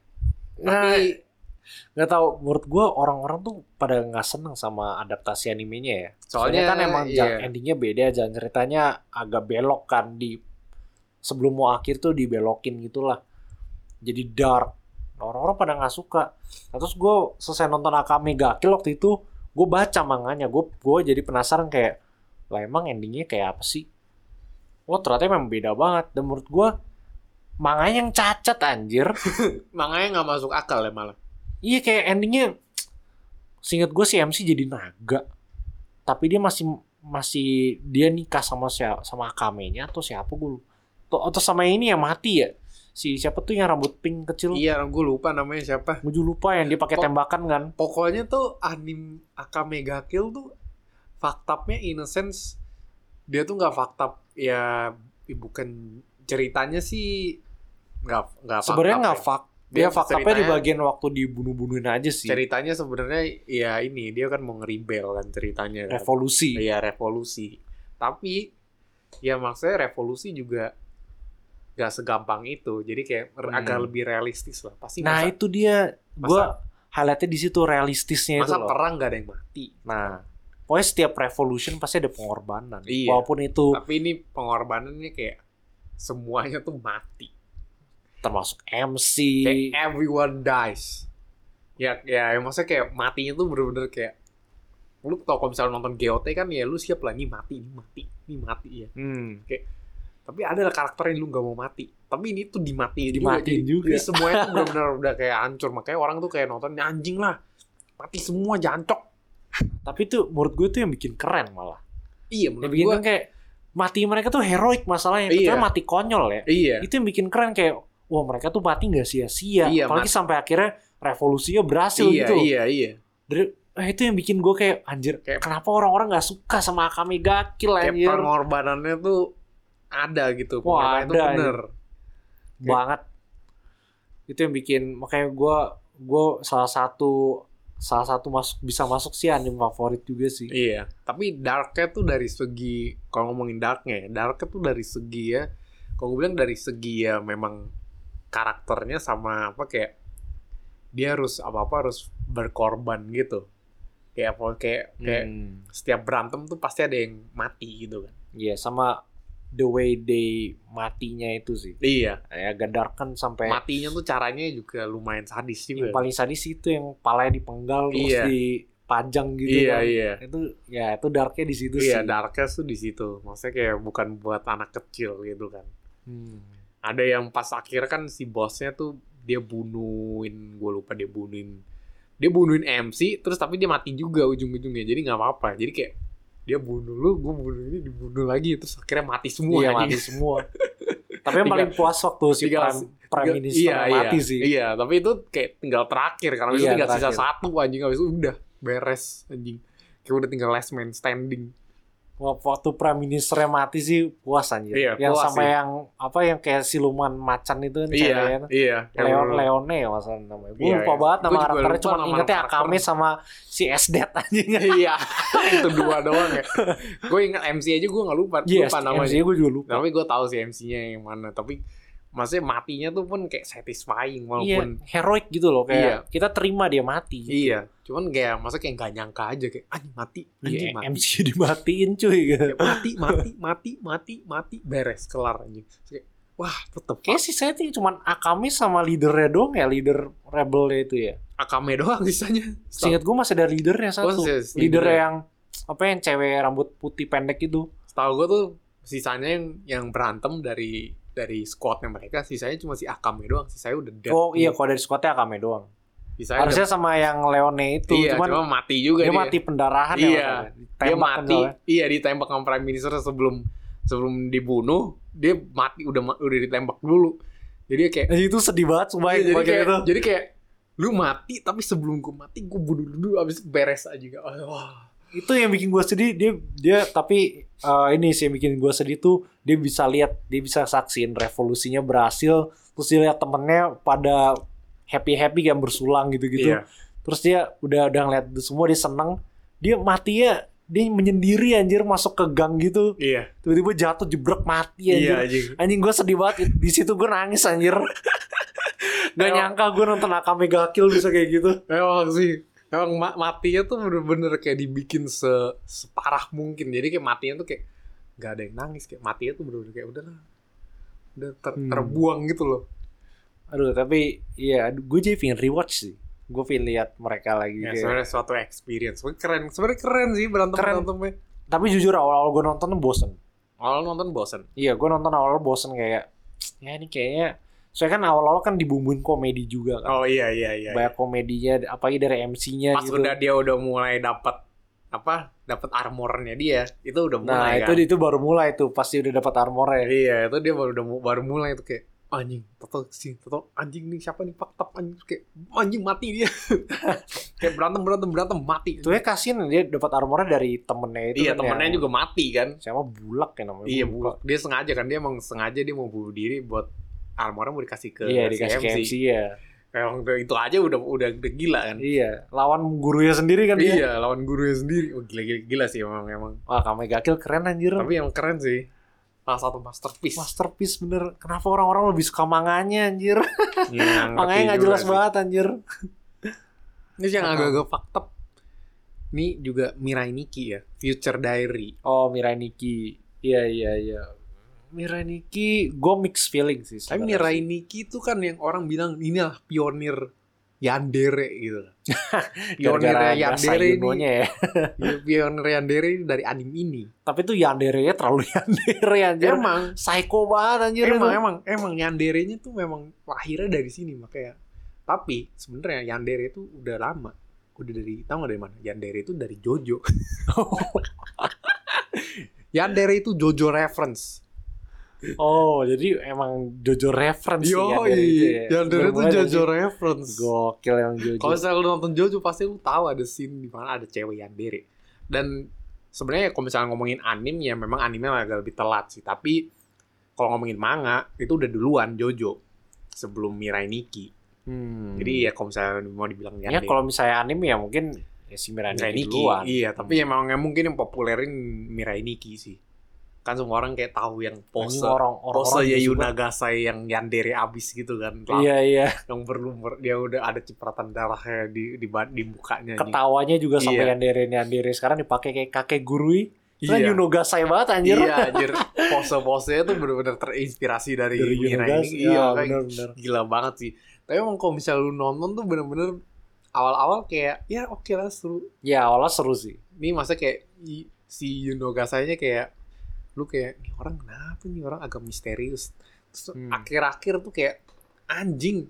A: Nah,
B: Tapi
A: nggak tahu menurut gue orang-orang tuh pada nggak seneng sama adaptasi animenya ya. Soalnya,
B: soalnya
A: kan emang
B: iya.
A: jalan- endingnya beda, jalan ceritanya agak belok kan di sebelum mau akhir tuh dibelokin gitulah. Jadi dark. Nah, Orang-orang pada nggak suka. Nah, terus gue selesai nonton Akame ga Kill waktu itu, gue baca manganya, gue gue jadi penasaran kayak lah emang endingnya kayak apa sih? Oh ternyata memang beda banget. Dan menurut gue manga yang cacat anjir
B: Makanya nggak masuk akal ya malah.
A: Iya kayak endingnya Seinget gue si MC jadi naga Tapi dia masih masih dia nikah sama siapa sama Akamenya atau siapa gue lupa. Atau, atau sama ini yang mati ya si siapa tuh yang rambut pink kecil
B: Iya, gue lupa namanya siapa.
A: gue lupa yang dia pakai
B: Pok-
A: tembakan kan
B: Pokoknya tuh anim Akame ga Kill tuh faktapnya in a sense dia tuh nggak faktap ya bukan ceritanya sih nggak nggak fucked
A: sebenarnya
B: up
A: nggak
B: ya.
A: fak dia
B: Dia ya?
A: faktanya di
B: ceritanya-
A: bagian waktu dibunuh-bunuhin aja sih
B: ceritanya sebenarnya ya ini dia kan mau ngeribel kan ceritanya kan.
A: revolusi
B: Iya revolusi. Tapi ya maksudnya revolusi juga gak segampang itu. Jadi kayak re-
A: Hmm.
B: agak lebih realistis lah. Pasti
A: nah
B: masa,
A: itu dia gue
B: masa-
A: highlightnya di situ realistisnya itu
B: masa
A: loh
B: perang gak ada yang mati.
A: nah pokoknya setiap revolution pasti ada pengorbanan
B: Iya.
A: walaupun itu
B: Tapi ini pengorbanannya kayak semuanya tuh mati.
A: termasuk MC
B: Kayak everyone dies. Ya ya ya, maksudnya kayak matinya tuh bener-bener kayak lu tau kalau misalnya nonton GOT kan ya lu siap lagi mati ini mati ini mati ya
A: Hmm.
B: tapi ada lah karakter yang lu nggak mau mati tapi ini tuh dimatiin
A: Dimatiin juga.
B: Jadi semuanya tuh benar-benar udah kayak hancur makanya orang tuh kayak nonton "Ya, anjing lah mati semua jancok
A: tapi itu menurut gue tuh yang bikin keren malah
B: iya
A: yang
B: menurut
A: bikin
B: gua
A: kan kayak mati mereka tuh heroik masalahnya
B: Iya.
A: Ternyata mati konyol ya
B: iya
A: itu yang bikin keren kayak wah mereka tuh mati nggak sia-sia
B: Iya,
A: apalagi sampai akhirnya revolusinya berhasil
B: iya
A: gitu loh.
B: iya iya
A: Dari- eh, itu yang bikin gue kayak anjir
B: Kayak-
A: kenapa orang-orang nggak suka sama Akame Gakil
B: kayak
A: anjir
B: pengorbanannya tuh ada gitu
A: Wah,
B: pengorbanannya
A: ada,
B: tuh bener
A: banget itu yang bikin makanya gue gue salah satu salah satu masuk bisa masuk sih anime favorit juga sih
B: iya tapi darknya tuh dari segi kalau ngomongin darknya ya, darknya tuh dari segi ya kalau gue bilang dari segi ya memang karakternya sama apa kayak dia harus apa apa harus berkorban gitu kayak apa kayak kayak
A: Hmm.
B: setiap berantem tuh pasti ada yang mati gitu kan.
A: Iya sama the way they matinya itu sih.
B: Iya.
A: Ya gandarkan sampai
B: Matinya tuh caranya juga lumayan sadis
A: yang
B: juga.
A: paling sadis itu yang palanya dipenggal terus
B: ya. Iya.
A: dipajang gitu
B: iya,
A: kan.
B: iya.
A: Itu ya itu darknya di situ
B: Iya,
A: sih.
B: darknya tuh di situ. Maksudnya kayak bukan buat anak kecil gitu kan.
A: Hmm.
B: Ada yang pas akhir kan si bosnya tuh dia bunuhin, gue lupa dia bunuhin. Dia bunuhin MC, terus tapi dia mati juga ujung-ujungnya. Jadi nggak apa-apa. Jadi kayak dia bunuh lu, gue bunuh ini, dibunuh lagi, terus akhirnya mati semua.
A: Iya
B: anjing.
A: mati semua. Tapi yang
B: Tiga-
A: paling puas waktu si
B: tiga-
A: prime, prime
B: Tiga-
A: minister yang mati
B: iya,
A: sih.
B: Iya, tapi itu kayak tinggal terakhir karena
A: Iya,
B: itu tinggal sisa
A: terakhir.
B: satu anjing habis itu udah beres anjing. Kayak udah tinggal last man standing.
A: Waktu prime ministernya mati sih puas anjir.
B: Iya,
A: yang
B: puas
A: sama
B: sih.
A: yang apa yang kayak siluman macan itu kan
B: iya,
A: ceweknya tuh.
B: iya.
A: Leon Leone ya masalah namanya. Gue
B: Iya,
A: lupa
B: iya.
A: banget
B: Gua
A: nama
B: juga
A: karakternya
B: lupa
A: cuma
B: nama
A: ingetnya
B: karakter.
A: Akame sama si Esdet anjing.
B: iya, itu dua doang ya. Gue ingat MC aja gue nggak lupa,
A: Yes,
B: lupa
A: MC
B: namanya.
A: gue juga lupa.
B: Tapi gue tahu sih MC-nya yang mana, tapi maksudnya matinya tuh pun kayak satisfying walaupun
A: iya, heroik gitu loh kayak
B: Iya.
A: kita terima dia mati.
B: Iya, cuman kayak maksudnya kayak nggak nyangka aja kayak anjing mati, anjing
A: Iya,
B: mati.
A: MC dimatiin cuy. gitu.
B: Kayak mati, mati, mati, mati, mati, beres, kelar anjing. Terus Kayak, Wah, tetep
A: Kayaknya sih saya tuh cuman Akame sama leadernya doang ya, leader rebelnya itu ya.
B: Akame doang sisanya.
A: Seingat gue masih ada leadernya satu. ya.
B: Oh,
A: leadernya
B: yes, leadernya.
A: yang apa yang cewek rambut putih pendek itu.
B: Setahu gue tuh sisanya yang yang berantem dari dari squadnya mereka, sisanya cuma si Akame doang. Sisanya udah dead.
A: Oh iya, kalau dari squadnya Akame doang.
B: sisanya udah-
A: Harusnya sama yang Leone itu,
B: iya,
A: cuman
B: cuma mati juga
A: dia
B: dia.
A: mati pendarahan ya.
B: Iya,
A: masalahnya.
B: Dia
A: Ditembak kan
B: mati.
A: soalnya.
B: Iya, ditembak sama Prime Minister sebelum sebelum dibunuh, dia mati udah ma- udah ditembak dulu. Jadi kayak
A: Eh, itu sedih banget sumpah gitu.
B: iya, jadi
A: bagian
B: kayak,
A: itu.
B: jadi kayak lu mati tapi sebelum gue mati gue bunuh dulu abis beres aja Kayak, "Oh, wah
A: Itu yang bikin gue sedih dia dia tapi eh, ini sih yang bikin gue sedih tuh dia bisa lihat dia bisa saksiin revolusinya berhasil terus dia lihat temennya pada happy happy yang bersulang gitu gitu.
B: Iya.
A: Terus dia udah udah ngeliat itu semua dia seneng dia matinya dia menyendiri anjir masuk ke gang gitu
B: iya
A: tiba-tiba jatuh jebrek mati anjir.
B: iya anjing.
A: Anjing gue sedih banget di situ gue nangis anjir. Gak
B: Emang-
A: nyangka gue nonton Akame Gakil bisa kayak gitu.
B: Emang sih. Emang ma- matinya tuh bener-bener kayak dibikin se separah mungkin. Jadi kayak matinya tuh kayak nggak ada yang nangis. Kayak matinya tuh bener-bener kayak udahlah. Udah ter-
A: Hmm.
B: terbuang gitu loh.
A: Aduh, tapi ya gue jadi pengen rewatch sih. Gue pengen lihat mereka lagi.
B: Ya,
A: kayak-
B: sebenarnya suatu experience. Sebenarnya keren. Sebenarnya keren sih ya. berantem-berantemnya.
A: Tapi jujur awal-awal gue nonton tuh bosen.
B: Awal nonton bosen.
A: Iya, gue nonton awal-awal bosen kayak ya ini kayaknya Soalnya kan awal-awal kan dibumbuin komedi juga kan.
B: Oh iya iya iya.
A: Banyak komedinya, apalagi dari MC-nya
B: Pas
A: gitu.
B: udah dia udah mulai dapat apa? Dapat armornya dia, itu udah
A: nah,
B: mulai
A: itu
B: kan.
A: itu baru mulai tuh, pasti udah dapat armornya.
B: Iya, itu dia baru udah mu- baru mulai itu kayak anjing, toto sih, toto anjing nih siapa nih fakta anjing kayak anjing mati dia. kayak berantem berantem berantem mati.
A: Itu ya kasihan dia dapat armornya dari temennya itu.
B: iya,
A: kan yang-
B: temennya juga mati kan.
A: Siapa bulak ya namanya?
B: Iya, bu. Dia sengaja kan dia emang sengaja dia mau bunuh diri buat armornya mau dikasih ke
A: Iya
B: si
A: dikasih ke MC ya.
B: Emang udah- itu aja udah udah, udah gila kan.
A: Iya, lawan gurunya sendiri kan dia.
B: Iya, lawan gurunya sendiri. Oh, gila, gila, gila sih emang emang.
A: Wah, Kame Gakil keren anjir.
B: Tapi yang keren sih salah satu masterpiece.
A: Masterpiece bener. Kenapa orang-orang lebih suka manganya anjir?
B: Yang
A: Manganya nggak jelas banget Nah. anjir.
B: Ini yang
A: Apa?
B: agak-agak fakta. Ini juga Mirai Nikki ya, Future Diary.
A: Oh, Mirai Nikki. Iya, iya, iya. Mirai Nikki, gue mix feeling sih.
B: Tapi
A: sebenarnya.
B: Mirai Nikki itu kan yang orang bilang ini lah pionir Yandere gitu.
A: Gara-gara
B: pionir
A: bahasa
B: Yandere ini,
A: Yunonya ya.
B: pionir Yandere ini dari anime ini.
A: Tapi tuh Yandere-nya terlalu Yandere anjir.
B: Emang,
A: Psycho banget anjir.
B: emang,
A: itu.
B: emang, emang Yandere-nya tuh memang lahirnya dari sini makanya. Tapi sebenarnya Yandere itu udah lama. Udah dari tahu nggak dari mana? Yandere itu dari Jojo. Yandere itu Jojo reference.
A: Oh, jadi emang Jojo reference sih
B: Yo,
A: Yandere itu ya.
B: Yandere itu
A: Bener banget
B: Jojo
A: anjir.
B: reference.
A: Gokil yang Jojo.
B: Kalau misalnya lu nonton Jojo pasti lu tahu ada scene di mana ada cewek Yandere. Dan sebenarnya kalau misalnya ngomongin anime ya memang anime agak lebih telat sih, tapi kalau ngomongin manga itu udah duluan Jojo sebelum Mirai Nikki.
A: Hmm.
B: Jadi ya kalau misalnya mau dibilang
A: Ya
B: Yandere.
A: kalau misalnya anime ya mungkin ya si Mirai
B: Mirai
A: Nikki
B: Nikki.
A: duluan.
B: Iya, tapi emang yang mungkin yang populerin Mirai Nikki sih. Kan semua orang kayak tahu yang pose
A: Anjing orang orang
B: pose ya
A: orang
B: Yayu
A: juga.
B: Nagasai yang Yandere abis gitu kan.
A: Iya iya.
B: yang berlumber dia udah ada cipratan darahnya di di, ba- di mukanya nih.
A: Ketawanya juga sampai
B: Iya.
A: Yandere Yandere sekarang dipakai kayak kakek gurui. Kan
B: iya.
A: Yunogasai banget anjir.
B: Iya anjir Pose-posenya tuh bener-bener terinspirasi dari,
A: Dari
B: Mira
A: Yunogasai.
B: ini
A: Iya
B: Iya kayak
A: benar-benar.
B: gila banget sih Tapi emang kalau misalnya lu nonton tuh bener-bener Awal-awal kayak ya oke lah seru
A: Ya awalnya seru sih.
B: Ini masa kayak i- si Yunogasainya kayak Lu kayak nih orang kenapa nih orang agak misterius Terus
A: Hmm.
B: akhir-akhir tuh kayak anjing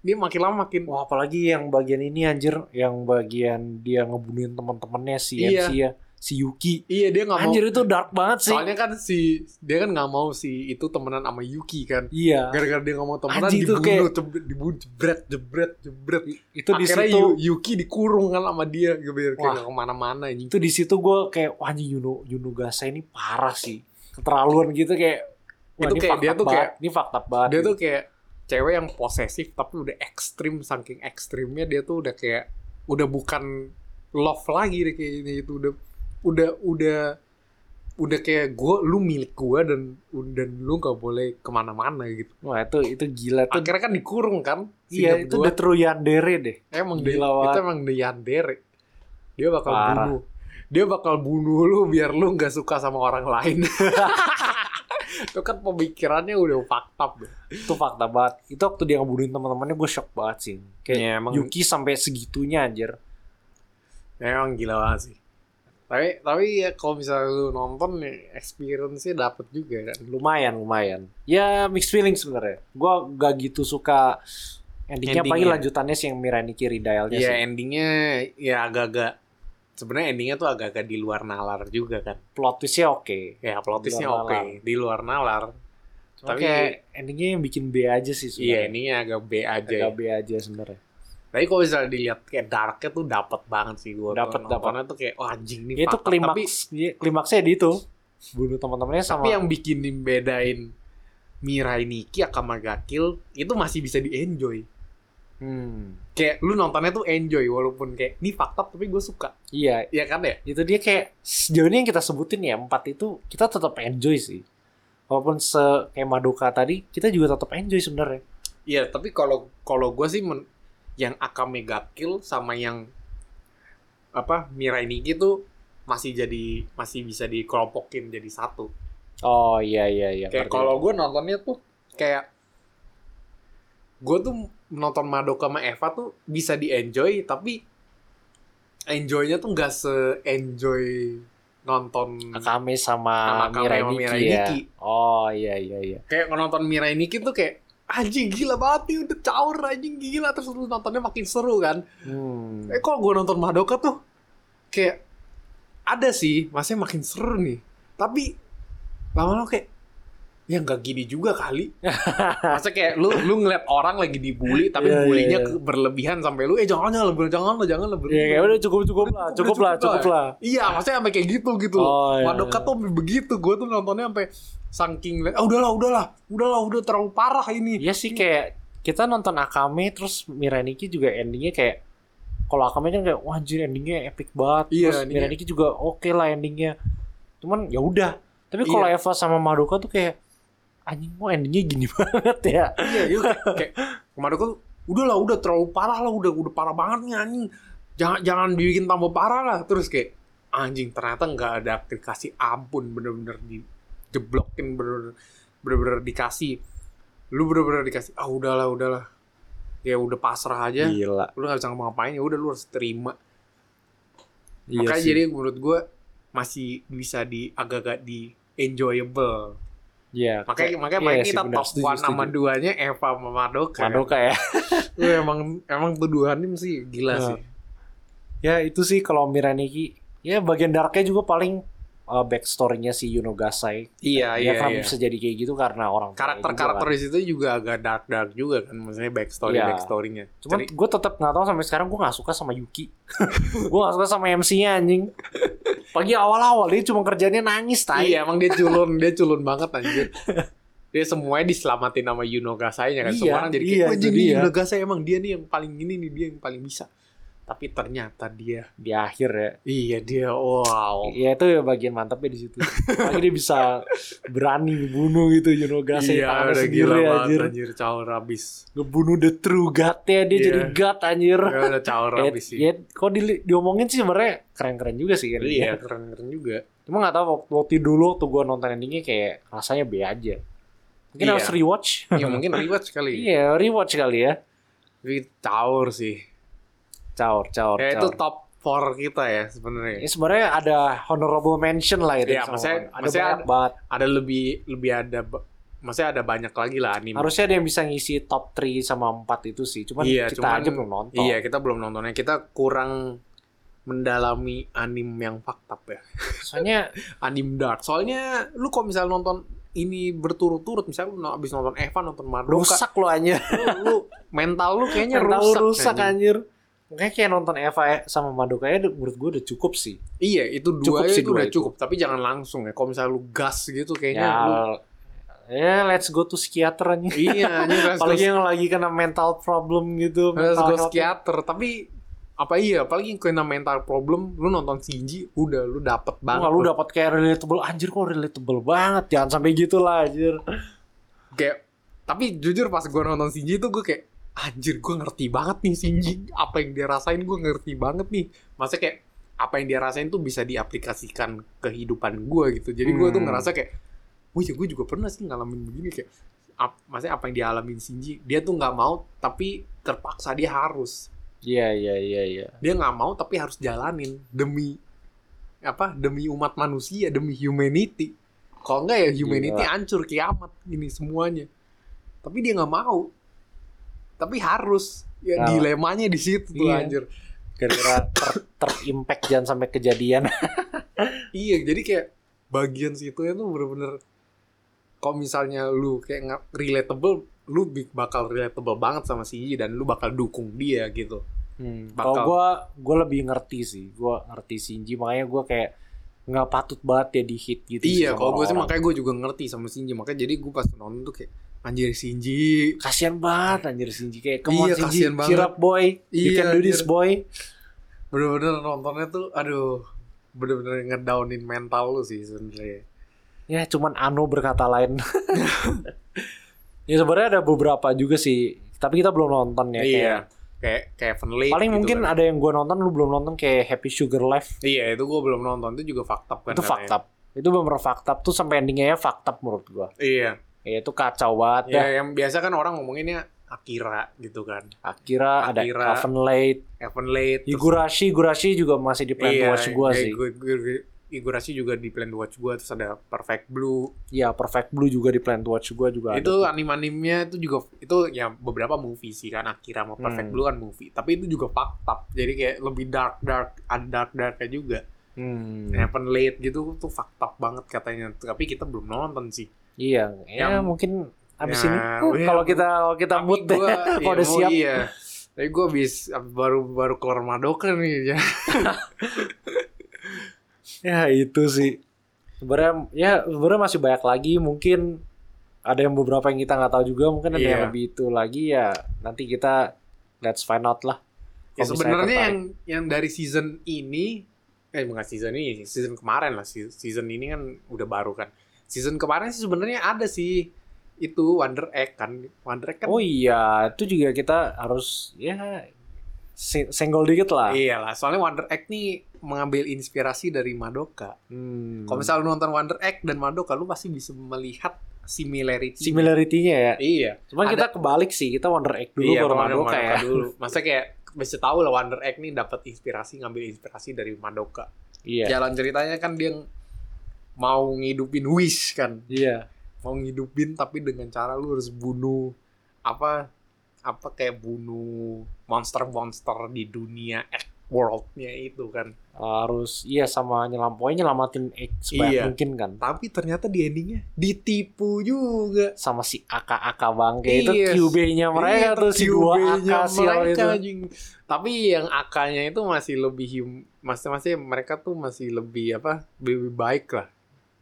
B: Dia makin lama makin
A: Wah apalagi yang bagian ini anjir, yang bagian dia ngebunuhin teman-temannya si
B: Iya.
A: MC ya, si Yuki.
B: Iya dia gak mau
A: Anjir itu dark banget sih.
B: Soalnya kan si dia kan nggak mau si itu temenan sama Yuki kan.
A: Iya.
B: Gara-gara dia nggak mau temenan
A: Anjing tuh
B: dibunuh,
A: kayak-
B: cebret, dibunuh, jebret, jebret, jebret.
A: Itu di
B: Akhirnya
A: situ
B: Yu- Yuki dikurung kan sama dia, gitu biar
A: Wah.
B: kayak nggak kemana-mana anjing.
A: itu di situ gue kayak wah anjing Yuno Yunugasa ini parah sih keterlaluan gitu kayak wah,
B: Itu
A: ini
B: kayak
A: fucked
B: dia
A: up
B: tuh
A: banget.
B: kayak-
A: ini fakta banget
B: Dia tuh kayak cewek yang posesif tapi udah ekstrim saking ekstrimnya dia tuh udah kayak udah bukan love lagi deh kayak ini itu udah udah udah udah kayak gua lu milik gua dan dan lu nggak boleh kemana-mana gitu
A: wah itu itu gila tuh
B: akhirnya kan dikurung kan si
A: iya
B: berdua.
A: itu the true yandere deh
B: Emang
A: Gila
B: dia,
A: banget.
B: itu emang the Yandere. Dia bakal
A: Parah.
B: bunuh. Dia bakal bunuh lu biar lu nggak suka sama orang lain. itu kan pemikirannya udah fucked up. deh.
A: itu fakta banget itu waktu dia ngebunuhin teman-temannya gue shock banget sih kayak
B: Iya, emang-
A: Yuki sampai segitunya anjir
B: Emang gila banget sih. Tapi tapi ya kalau misalnya lu nonton ya experience-nya dapet juga kan.
A: lumayan lumayan ya mixed feeling sebenarnya gue gak gitu suka endingnya apalagi
B: Endingnya.
A: lanjutannya sih yang Mirani Kiri dialnya
B: Ya
A: Iya sih
B: endingnya ya agak-agak sebenarnya endingnya tuh agak-agak di luar nalar juga kan.
A: plot twistnya oke
B: Ya
A: Di luar
B: plot twistnya oke,
A: nalar.
B: di luar nalar.
A: Cuma
B: Tapi-
A: kayak endingnya yang bikin B aja sih
B: Iya,
A: sebenarnya
B: endingnya agak B aja. ya.
A: agak B aja sebenarnya
B: Tapi kalau misalnya dilihat kayak darknya tuh dapat banget sih gue.
A: Dapet,
B: Nontonnya tuh kayak wah anjing nih.
A: Ya, itu
B: fakta. Tapi,
A: klimaks ya, klimaksnya di itu bunuh teman-temannya sama
B: tapi yang bikin bedain Mirai Nikki Akama Gakil itu masih bisa di enjoy.
A: Hmm.
B: Kayak lu nontonnya tuh enjoy walaupun kayak ini fakta tapi gue suka.
A: iya
B: Ya kan ya?
A: itu dia kayak sejauh ini yang kita sebutin ya empat itu kita tetap enjoy sih walaupun se kayak Madoka tadi kita juga tetap enjoy sebenarnya
B: Iya. Tapi kalau kalau gue sih men- yang Akame Gakil sama yang apa Mirai Nikki tuh masih jadi masih bisa dikelompokin jadi satu.
A: oh iya iya iya
B: kayak
A: ngerti.
B: kalau gue nontonnya tuh kayak gue tuh nonton Madoka sama Eva tuh bisa di enjoy tapi enjoynya tuh nggak se enjoy nonton
A: Akame sama,
B: Sama Akame
A: Mirai
B: sama
A: Nikki
B: Mirai
A: ya
B: Nikki.
A: oh iya iya iya
B: kayak nonton Mirai Nikki tuh kayak anjing gila banget nih udah caur anjing gila terus lu nontonnya makin seru kan
A: Hmm.
B: eh kok gue nonton Madoka tuh kayak ada sih masih makin seru nih tapi lama-lama kayak ya nggak gini juga kali masa kayak lu lu ngeliat orang lagi dibully
A: Iya,
B: tapi
A: iya,
B: bulinya
A: iya.
B: ke- berlebihan sampai lu eh jangan jangan lebih jangan lah jangan lebih
A: Ya kayak udah cukup cukup lah,
B: Udah
A: cukup lah, cukup lah.
B: Iya, maksudnya sampai kayak gitu gitu.
A: Oh, iya,
B: Madoka
A: iya.
B: tuh sampai begitu. Gue tuh nontonnya sampai saking ah udahlah, udahlah, udahlah, udah terlalu parah ini.
A: Iya sih kayak kita nonton Akame terus Miraniki juga endingnya kayak kalau Akame kan kayak wah anjir endingnya epic banget.
B: Iya,
A: terus
B: endingnya.
A: Miraniki juga oke lah endingnya. Cuman ya udah. Tapi kalau Eva sama Madoka tuh kayak anjing kok endingnya gini banget ya.
B: Iya, iya. kayak Madoka tuh udahlah, udah terlalu parah lah, udah udah parah banget nih anjing. Jangan jangan dibikin tambah parah lah. Terus kayak anjing ternyata nggak ada dikasih ampun bener-bener dijeblokin bener-bener bener-bener dikasih lu bener-bener dikasih ah udahlah udahlah ya udah pasrah aja
A: Gila.
B: lu nggak bisa ngapa-ngapain ya udah lu harus terima
A: Iya
B: Makanya
A: sih.
B: jadi menurut gue masih bisa di agak-agak di enjoyable.
A: Iya,
B: Makanya
A: kayak-
B: makanya
A: iya
B: makanya
A: sih,
B: kita
A: benar.
B: top
A: Setuju,
B: one sama
A: setuju.
B: duanya Eva sama Madoka.
A: Madoka ya.
B: Lu emang emang tuduhan ini sih gila
A: Nah.
B: sih.
A: Ya itu sih kalau Miraniki ya bagian darknya juga paling uh, backstory-nya si Yunogasai.
B: Iya
A: ya kenapa bisa jadi kayak gitu karena orang tuanya juga kan.
B: Karakter-karakter di situ juga agak dark-dark juga kan, maksudnya backstory
A: Iya.
B: backstorynya.
A: Cuman
B: Jadi-
A: gue tetap nggak tahu sampai sekarang gue nggak suka sama Yuki. gue nggak suka sama MC-nya anjing. Pagi awal-awal dia cuma kerjanya nangis tai.
B: iya emang dia culun, dia culun banget anjir. Dia semuanya diselamatin sama Yuno Gasainya kan.
A: Iya,
B: Semua orang jadi kayak,
A: iya,
B: "Wah,
A: itu
B: jadi
A: dia."
B: Yuno Gasai emang dia nih yang paling ini nih, dia yang paling bisa. Tapi ternyata dia
A: Di akhir ya.
B: Iya dia, wow.
A: Ya itu ya bagian mantapnya di situ. Lagi dia bisa berani bunuh gitu Yunogase
B: iya,
A: tangannya
B: udah gila
A: sendiri
B: banget
A: anjir.
B: anjir, caur habis.
A: Ngebunuh the true god-nya dia
B: Iya.
A: jadi god anjir.
B: Ya, udah caur
A: Ya,
B: habis sih.
A: ya, kok di- diomongin sih sebenarnya keren-keren juga sih kan.
B: Iya, keren-keren juga.
A: Cuma nggak tahu waktu- waktu dulu tuh gue nonton endingnya kayak rasanya B aja. Mungkin
B: Iya.
A: harus rewatch.
B: Ya mungkin rewatch kali.
A: Iya, rewatch kali ya.
B: Tapi caur sih.
A: Caur, caur,
B: Ya itu
A: caur.
B: top 4 kita ya sebenarnya.
A: Ya, sebenarnya ada honorable mention lah itu.
B: Iya,
A: sama-
B: maksudnya-
A: ada
B: maksudnya
A: banyak
B: ada-
A: banget.
B: Ada lebih lebih ada ba- maksudnya ada banyak lagi lah anime.
A: Harusnya ada yang bisa ngisi top 3 sama 4 itu sih. Cuman
B: Iya,
A: kita
B: cuman-
A: aja belum nonton.
B: Iya, kita belum nontonnya. Kita kurang mendalami anime yang fakta ya.
A: Soalnya
B: Anime dark. Soalnya lu kalau misalnya nonton ini berturut-turut misalnya lu abis nonton Evan nonton Madoka
A: rusak lo anjir.
B: lu, lu- mental lu kayaknya
A: Yang tahu
B: rusak,
A: rusak
B: anjing.
A: anjir. Makanya kayak nonton Eva sama Madoka ya menurut gue udah cukup sih.
B: Iya, itu
A: Cukup
B: dua
A: sih
B: itu
A: dua
B: udah
A: itu.
B: cukup, tapi jangan langsung ya. Kalau misalnya lu gas gitu kayaknya
A: Ya,
B: lu
A: ya let's go to psikiater anjir.
B: iya, ini harus
A: Apalagi
B: go,
A: yang lagi kena mental problem gitu.
B: harus
A: mental
B: go
A: health.
B: psikiater, tapi apa iya, apalagi yang kena mental problem, lu nonton Shinji udah lu dapet banget.
A: Wah, lu dapat kayak relatable anjir kok relatable banget. Jangan sampai gitu lah anjir.
B: kayak tapi jujur pas gua nonton Shinji tuh gue kayak anjir gua ngerti banget nih Shinji, apa yang dia rasain gua ngerti banget nih. Maksudnya kayak apa yang dia rasain tuh bisa diaplikasikan kehidupan gua gitu. Jadi gua tuh
A: Hmm.
B: ngerasa kayak wah ya gue juga pernah sih ngalamin begini kayak ap, maksudnya apa yang dia alamin Shinji, dia tuh nggak mau tapi terpaksa dia harus.
A: Iya iya iya iya.
B: Dia nggak mau tapi harus jalanin demi apa? Demi umat manusia, demi humanity. Kalau enggak ya humanity hancur kiamat ini semuanya. Tapi dia nggak mau. Tapi harus. Ya
A: Nah.
B: dilemanya di situ tuh
A: Iya.
B: anjir.
A: Gara-gara ter- terimpact jangan sampai kejadian.
B: Iya, jadi kayak bagian situ itu bener-bener kalau misalnya lu kayak nggak relatable, lu bi- bakal relatable banget sama si Yi dan lu bakal dukung dia gitu.
A: Hmm,
B: Bakal.
A: Kalau gue gue lebih ngerti sih. Gue ngerti Shinji makanya gue kayak nggak patut banget ya di hit gitu. sih
B: Iya,
A: sama
B: kalau gue sih
A: orang-orang.
B: makanya gue juga ngerti sama Shinji, makanya jadi gue pas nonton tuh kayak anjir Shinji.
A: kasihan banget anjir Shinji kayak come on
B: Iya,
A: Shinji,
B: kasihan
A: cheer
B: banget.
A: up boy. you
B: Iya,
A: can do this
B: anjir.
A: boy.
B: Bener-bener nontonnya tuh aduh bener-bener ngedownin mental lu sih sebenarnya.
A: Ya cuman Ano berkata lain. ya sebenarnya ada beberapa juga sih. Tapi kita belum nonton ya. kayak-
B: iya. Kayak kayak Lake
A: Paling
B: gitu
A: mungkin
B: kan.
A: ada yang gue nonton lu belum nonton kayak Happy Sugar Life.
B: Iya, itu gue belum nonton itu juga fakta kan.
A: itu fucked
B: katanya.
A: up. Itu bener fucked up tuh sampai endingnya ya fucked up menurut gua.
B: Iya.
A: Ya, itu kacau banget
B: Ya,
A: dah.
B: yang biasa kan orang ngomonginnya Akira gitu kan.
A: Akira, ada
B: Akira.
A: Coven Late,
B: Evan Late. terus- iya, ya,
A: Higurashi, Higurashi juga masih di plan to watch gua
B: kayak
A: sih.
B: Gue, gue, gue- Igurashi juga di Plan Watch gua terus ada Perfect Blue.
A: Ya, Perfect Blue juga di Planet Watch gua juga ada.
B: Itu anime-animenya itu juga itu ya beberapa movie sih kan Akira sama Perfect
A: Hmm.
B: Blue kan movie, tapi itu juga fucked up. Jadi kayak lebih dark dark ada dark darknya juga.
A: Hmm.
B: Happen late gitu tuh fucked up banget katanya. Tapi kita belum nonton sih.
A: Iya, ya
B: Yang-
A: mungkin abis
B: Ya,
A: ini uh,
B: iya.
A: kalau kita kalau kita
B: Tapi
A: mood deh.
B: gua-
A: Kalau udah
B: mau
A: siap.
B: Iya. Tapi gue habis baru baru keluar Madoka nih ya.
A: Ya itu sih. Sebenarnya ya sebenarnya masih banyak lagi mungkin ada yang beberapa yang kita nggak tahu juga mungkin ada
B: Iya.
A: yang lebih itu lagi ya nanti kita let's find out lah.
B: Ya
A: Kalau misalnya
B: sebenarnya
A: tertarik.
B: yang yang dari season ini eh bukan season ini, season kemarin lah. Se- Season ini kan udah baru kan. Season kemarin sih sebenarnya ada sih itu Wonder Egg kan. Wonder Egg kan
A: Oh iya, itu juga kita harus ya se- senggol dikit lah.
B: iyalah, Iya soalnya Wonder Egg nih mengambil inspirasi dari Madoka.
A: Hmm.
B: Kalau misalnya lu nonton Wonder Egg dan Madoka lu pasti bisa melihat similarity.
A: similarity-nya ya.
B: Iya.
A: Cuman
B: Ada-
A: kita kebalik sih, kita Wonder Egg dulu
B: iya,
A: baru
B: kalau ada
A: Madoka ya.
B: dulu. Maksudnya kayak bisa tahu lah Wonder Egg nih dapat inspirasi ngambil inspirasi dari Madoka.
A: Iya.
B: Jalan ceritanya kan dia mau ngidupin Wish kan.
A: Iya.
B: Mau ngidupin tapi dengan cara lu harus bunuh apa apa kayak bunuh monster-monster di dunia Egg world-nya itu kan.
A: Harus iya sama nyelam pokoknya nyelamatin egg sebanyak
B: Iya.
A: mungkin kan.
B: Tapi ternyata di endingnya ditipu juga.
A: sama si AK-AK bangke itu
B: Iya.
A: QB-nya mereka
B: Iya,
A: tuh si dua AK
B: QB-nya
A: sial
B: mereka,
A: itu.
B: anjing. Tapi yang AK-nya itu masih lebih hum- masih masih mereka tuh masih lebih apa? lebih baik lah.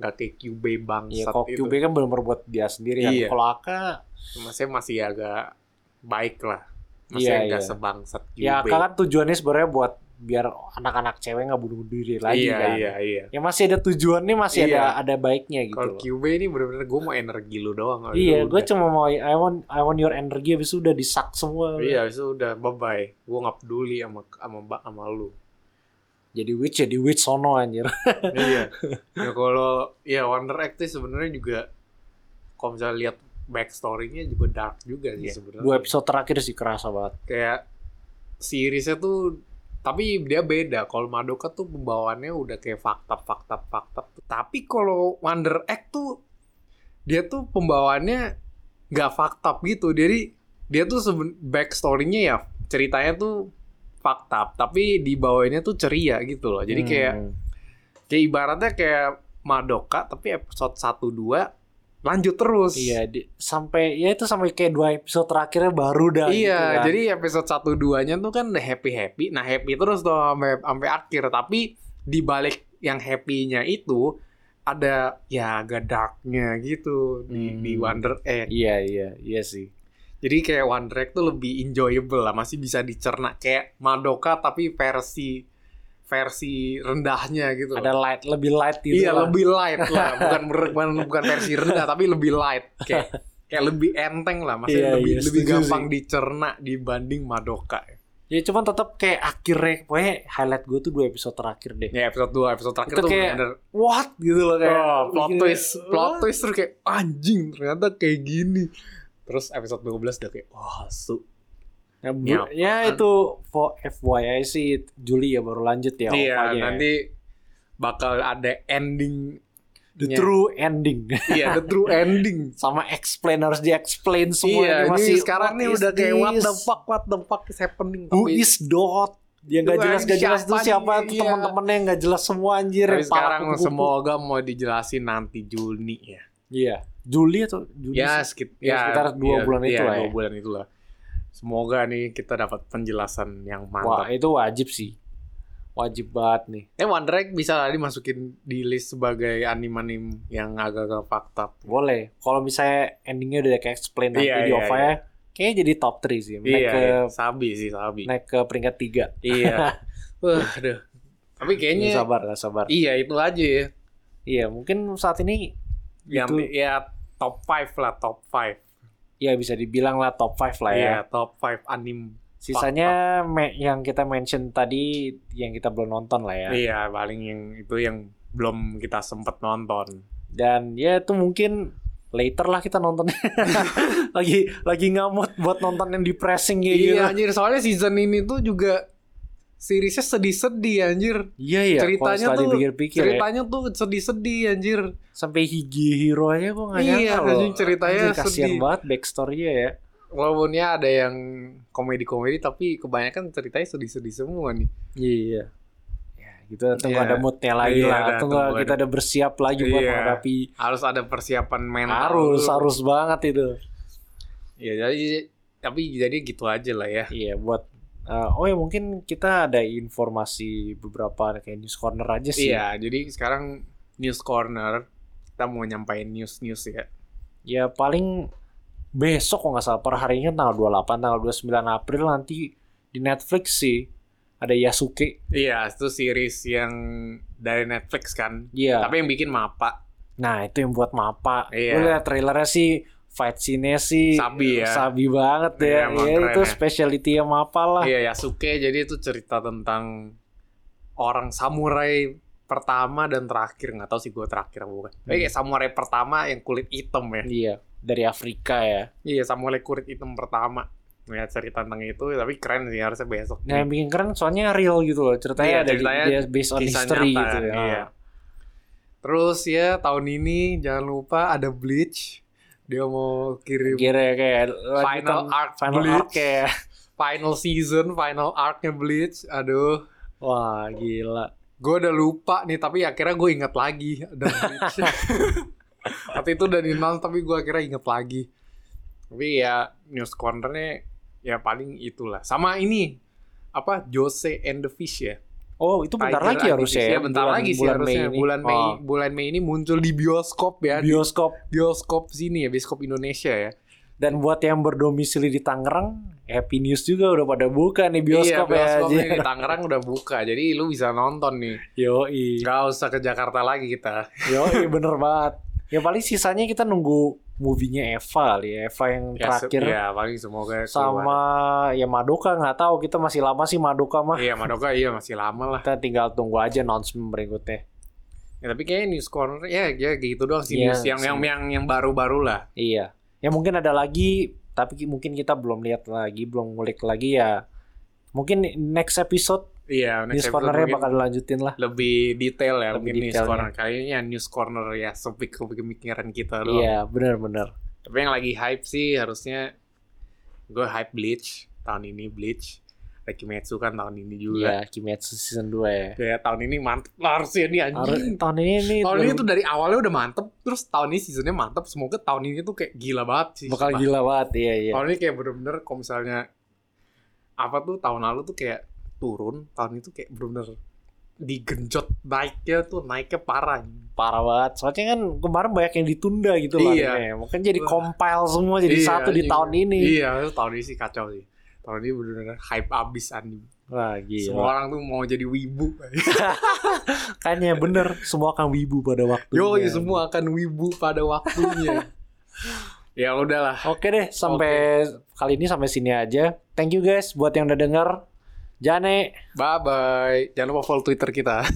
B: Gak kayak QB
A: Iya,
B: bangsat
A: kalau
B: itu.
A: QB kan benar berbuat dia sendiri kan.
B: Iya.
A: Kalau AK
B: Masih masih agak baik lah. Masih
A: Iya,
B: agak
A: iya.
B: sebangsat QB.
A: ya AK kan tujuannya sebenarnya buat biar anak-anak cewek nggak bunuh diri lagi
B: iya,
A: kan.
B: iya, iya.
A: Ya masih ada tujuannya masih
B: Iya.
A: ada ada baiknya gitu.
B: Kalau
A: loh.
B: QB ini bener-bener gue mau energi lu doang. habis
A: Iya,
B: itu
A: gue
B: udah.
A: cuma mau I want I want your energy habis itu udah disak semua.
B: Iya, habis itu udah bye-bye. Gue gak peduli sama sama sama lu.
A: Jadi witch jadi witch sono anjir.
B: iya. Ya kalau ya Wonder Egg tuh sebenarnya juga kalau misalnya lihat backstory-nya juga dark juga sih
A: Iya.
B: sebenarnya.
A: Dua episode terakhir sih kerasa banget.
B: Kayak seriesnya tuh tapi dia beda. Kalau Madoka tuh pembawaannya udah kayak fakta fakta fakta. Tapi kalau Wonder Egg tuh dia tuh pembawaannya nggak fakta gitu. Jadi dia tuh seben backstory-nya ya ceritanya tuh fakta, tapi dibawainnya tuh ceria gitu loh. Jadi kayak
A: Hmm.
B: Kayak ibaratnya kayak Madoka tapi episode 1 2 lanjut terus.
A: Iya, di- sampai ya itu sampai kayak dua episode terakhirnya baru dah.
B: Iya,
A: gitu kan.
B: jadi episode 1 2-nya tuh kan happy-happy. Nah, happy terus tuh sampai sampai akhir, tapi di balik yang happy-nya itu ada ya agak dark-nya gitu di,
A: Hmm.
B: di Wonder Egg. Eh,
A: Iya iya iya sih.
B: Jadi kayak Wonder Egg tuh lebih enjoyable lah, masih bisa dicerna kayak Madoka tapi versi versi rendahnya gitu.
A: Ada light lebih light gitu.
B: Iya
A: lah.
B: lebih light lah, bukan ber- bukan, bukan versi rendah tapi lebih light kayak kayak lebih enteng lah, maksudnya
A: Iya,
B: lebih
A: iya,
B: lebih
A: setuju
B: gampang dicerna dibanding Madoka.
A: Ya cuman tetap kayak akhirnya pokoknya highlight gue tuh dua episode terakhir deh.
B: Ya episode 2, episode terakhir
A: Itu
B: tuh
A: kayak-
B: bener,
A: What gitu loh kayak.
B: oh, plot
A: Gini.
B: twist, plot twist terus kayak anjing ternyata kayak gini. Terus episode 12 udah kayak wah su.
A: Ya, bu-
B: Ya,
A: ya itu for FYI sih Juli ya baru lanjut ya.
B: Iya,
A: ovanya ya.
B: nanti bakal ada ending
A: the true ending
B: Iya, the true ending.
A: sama explain harus di explain semua
B: iya,
A: ini
B: ini
A: masih
B: sekarang
A: what
B: nih
A: is
B: udah kayak what the
A: this?
B: fuck, what the fuck is happening.
A: Who
B: Tapi-
A: is dot? Yang gak
B: Tuh,
A: jelas gak jelas itu
B: siapa
A: siapa
B: nih?
A: tuh
B: Iya.
A: teman-temannya yang gak jelas semua anjir.
B: Tapi
A: yang parah
B: sekarang
A: kupu-kupu.
B: semoga mau dijelasin nanti Juni ya.
A: Iya. Juli atau Juni?
B: Ya,
A: sih?
B: sekit-
A: ya, sekitar dua bulan itu lah
B: Dua
A: ya.
B: bulan itulah. Semoga nih kita dapat penjelasan yang
A: Wah,
B: mantap.
A: itu wajib sih. Wajib banget nih.
B: Eh Wonder Egg bisa lah dimasukin di list sebagai anime-anime yang agak-agak fakta.
A: Boleh. Kalau misalnya endingnya udah kayak explain nanti
B: Iya,
A: di
B: iya,
A: OVA ya, kayaknya jadi top 3 sih. Naik
B: Iya,
A: ke
B: iya, sabi sih sabi.
A: naik ke peringkat 3.
B: Iya. Wah, aduh. Tapi kayaknya
A: sabar, gak sabar.
B: iya itu aja ya.
A: Iya, mungkin saat ini
B: Yang
A: Itu.
B: ya top 5 lah, top 5.
A: ya bisa dibilang lah top 5 lah ya.
B: Iya, top 5 anime.
A: Sisanya me- yang kita mention tadi yang kita belum nonton lah ya.
B: Iya, paling yang itu yang belum kita sempet nonton.
A: Dan ya itu mungkin later lah kita nontonnya. lagi lagi ngamut buat nonton yang depressing kayak
B: Iya
A: gitu.
B: anjir soalnya season ini tuh juga seriesnya sedih-sedih anjir.
A: Iya ya.
B: Ceritanya
A: kalau setelah
B: tuh-
A: dipikir-pikir ya,
B: Ceritanya tuh sedih-sedih anjir.
A: sampai higi hero aja gue nggak
B: Iya,
A: nyangka loh.
B: anjing, ceritanya
A: Anjing, kasihan
B: sedih.
A: banget backstory-nya ya.
B: Walaupun ya ada yang komedi-komedi tapi kebanyakan ceritanya sedih-sedih semua nih.
A: Iya. Ya, gitu tunggu
B: Iya.
A: ada moodnya lagi
B: Iya,
A: lah.
B: ada,
A: Tunggu,
B: tunggu
A: kita
B: ada.
A: udah bersiap lagi buat
B: Iya.
A: menghadapi
B: Harus ada persiapan mental.
A: harus
B: dulu.
A: harus banget itu.
B: Ya jadi tapi jadi gitu aja lah ya.
A: Iya buat eh, oh ya mungkin kita ada informasi beberapa kayak news corner aja sih.
B: Iya, jadi sekarang news corner kita mau nyampain news-news ya.
A: Ya paling besok kalau nggak salah per harinya tanggal 28 tanggal 29 April nanti di Netflix sih ada Yasuke.
B: Iya, itu series yang dari Netflix kan.
A: Iya.
B: Tapi yang bikin Mapa.
A: Nah, itu yang buat Mapa.
B: Iya.
A: Gue liat trailernya sih fight scene-nya sih
B: Sabi ya.
A: sabi banget ya.
B: Iya, emang
A: Ya,
B: keren
A: itu
B: ya.
A: specialty yang Mapa lah.
B: Iya, Yasuke jadi itu cerita tentang orang samurai pertama dan terakhir nggak tahu sih gue terakhir apa bukan.
A: Hmm.
B: Tapi kayak samurai pertama yang kulit hitam ya.
A: Iya, dari Afrika ya.
B: Iya, samurai kulit hitam pertama. Ya cerita tentang itu tapi keren sih harusnya besok.
A: Nah, yang bikin keren soalnya real gitu loh. Ceritanya
B: Hmm. Iya,
A: ada di-
B: ceritanya
A: dia based on
B: Kisah
A: history
B: nyata,
A: gitu ya.
B: iya. Terus ya tahun ini jangan lupa ada Bleach. Dia mau kirim
A: Kira kayak
B: final
A: lanjutan-
B: arc
A: final
B: Bleach.
A: arc ya.
B: final season, final arc-nya Bleach. Aduh,
A: Wah, gila.
B: gue udah lupa nih tapi akhirnya gue inget lagi ada Bleach. Waktu itu udah di announce tapi gue akhirnya inget lagi. Tapi ya news corner-nya ya paling itulah. Sama ini apa Jose and the Fish ya.
A: Oh, itu bentar
B: Tiger
A: lagi
B: and the
A: harusnya
B: Fish.
A: ya.
B: Ya, bentar
A: bulan-
B: lagi sih
A: bulan
B: harusnya.
A: Mei ini.
B: bulan Mei
A: Oh,
B: bulan Mei ini muncul di bioskop ya, di
A: bioskop
B: bioskop sini ya, bioskop Indonesia ya.
A: dan buat yang berdomisili di Tangerang, happy news juga udah pada buka nih bioskop,
B: iya, bioskop
A: ya.
B: nih di Tangerang udah buka. Jadi lu bisa nonton nih.
A: Yoi.
B: Gak usah ke Jakarta lagi kita.
A: Yoi, bener banget. Ya paling sisanya kita nunggu movie-nya Eva kali ya. Eva yang
B: Ya, se-
A: terakhir
B: Ya, paling semoga keluar.
A: sama ya Madoka nggak tahu kita masih lama sih Madoka mah.
B: Iya, Madoka iya masih lama lah.
A: Kita tinggal tunggu aja announcement berikutnya.
B: Ya, tapi kayaknya news corner ya, ya gitu doang sih
A: Iya,
B: news yang,
A: sih.
B: yang yang yang baru-baru lah.
A: Iya. Ya mungkin ada lagi, tapi ki- mungkin kita belum lihat lagi, belum ngulik lagi ya. Mungkin next episode
B: Iya,
A: di
B: next episode
A: cornernya
B: mungkin
A: bakal dilanjutin lah.
B: lebih detail ya
A: Lebih
B: mungkin news
A: detailnya.
B: corner kayaknya news corner ya sepik pemikiran kita doang.
A: Iya, benar-benar.
B: Tapi yang lagi hype sih harusnya gue hype Bleach tahun ini Bleach. Ada Kimetsu kan tahun ini juga.
A: Iya, Kimetsu season 2 ya.
B: Ya tahun ini mantep lah harusnya nih
A: Har-
B: anjing.
A: tahun ini nih
B: Tahun ini
A: baru-
B: tuh dari awalnya udah mantep, terus tahun ini seasonnya mantep. Semoga tahun ini tuh kayak gila banget sih.
A: bakal
B: Sumpah.
A: gila banget, iya iya.
B: Tahun ini kayak bener-bener kalau misalnya apa tuh tahun lalu tuh kayak turun, tahun itu kayak bener-bener digenjot naiknya tuh naiknya parah.
A: Parah banget. Soalnya kan kemarin banyak yang ditunda gitu lah.
B: Iya.
A: animenya. Mungkin jadi
B: Wah.
A: compile semua jadi
B: Iya,
A: satu di
B: iya.
A: tahun ini.
B: Iya, itu tahun ini sih kacau sih. Tahun ini bener-bener hype abis anjing.
A: Wah, gila.
B: Semua orang tuh mau jadi wibu.
A: Iya. Kayaknya bener, semua akan wibu pada waktunya.
B: Yo, semua akan wibu pada waktunya. ya udahlah.
A: Oke deh, sampai kali ini sampai sini aja. Thank you guys buat yang udah denger. Jane.
B: Bye bye. Jangan lupa follow Twitter kita.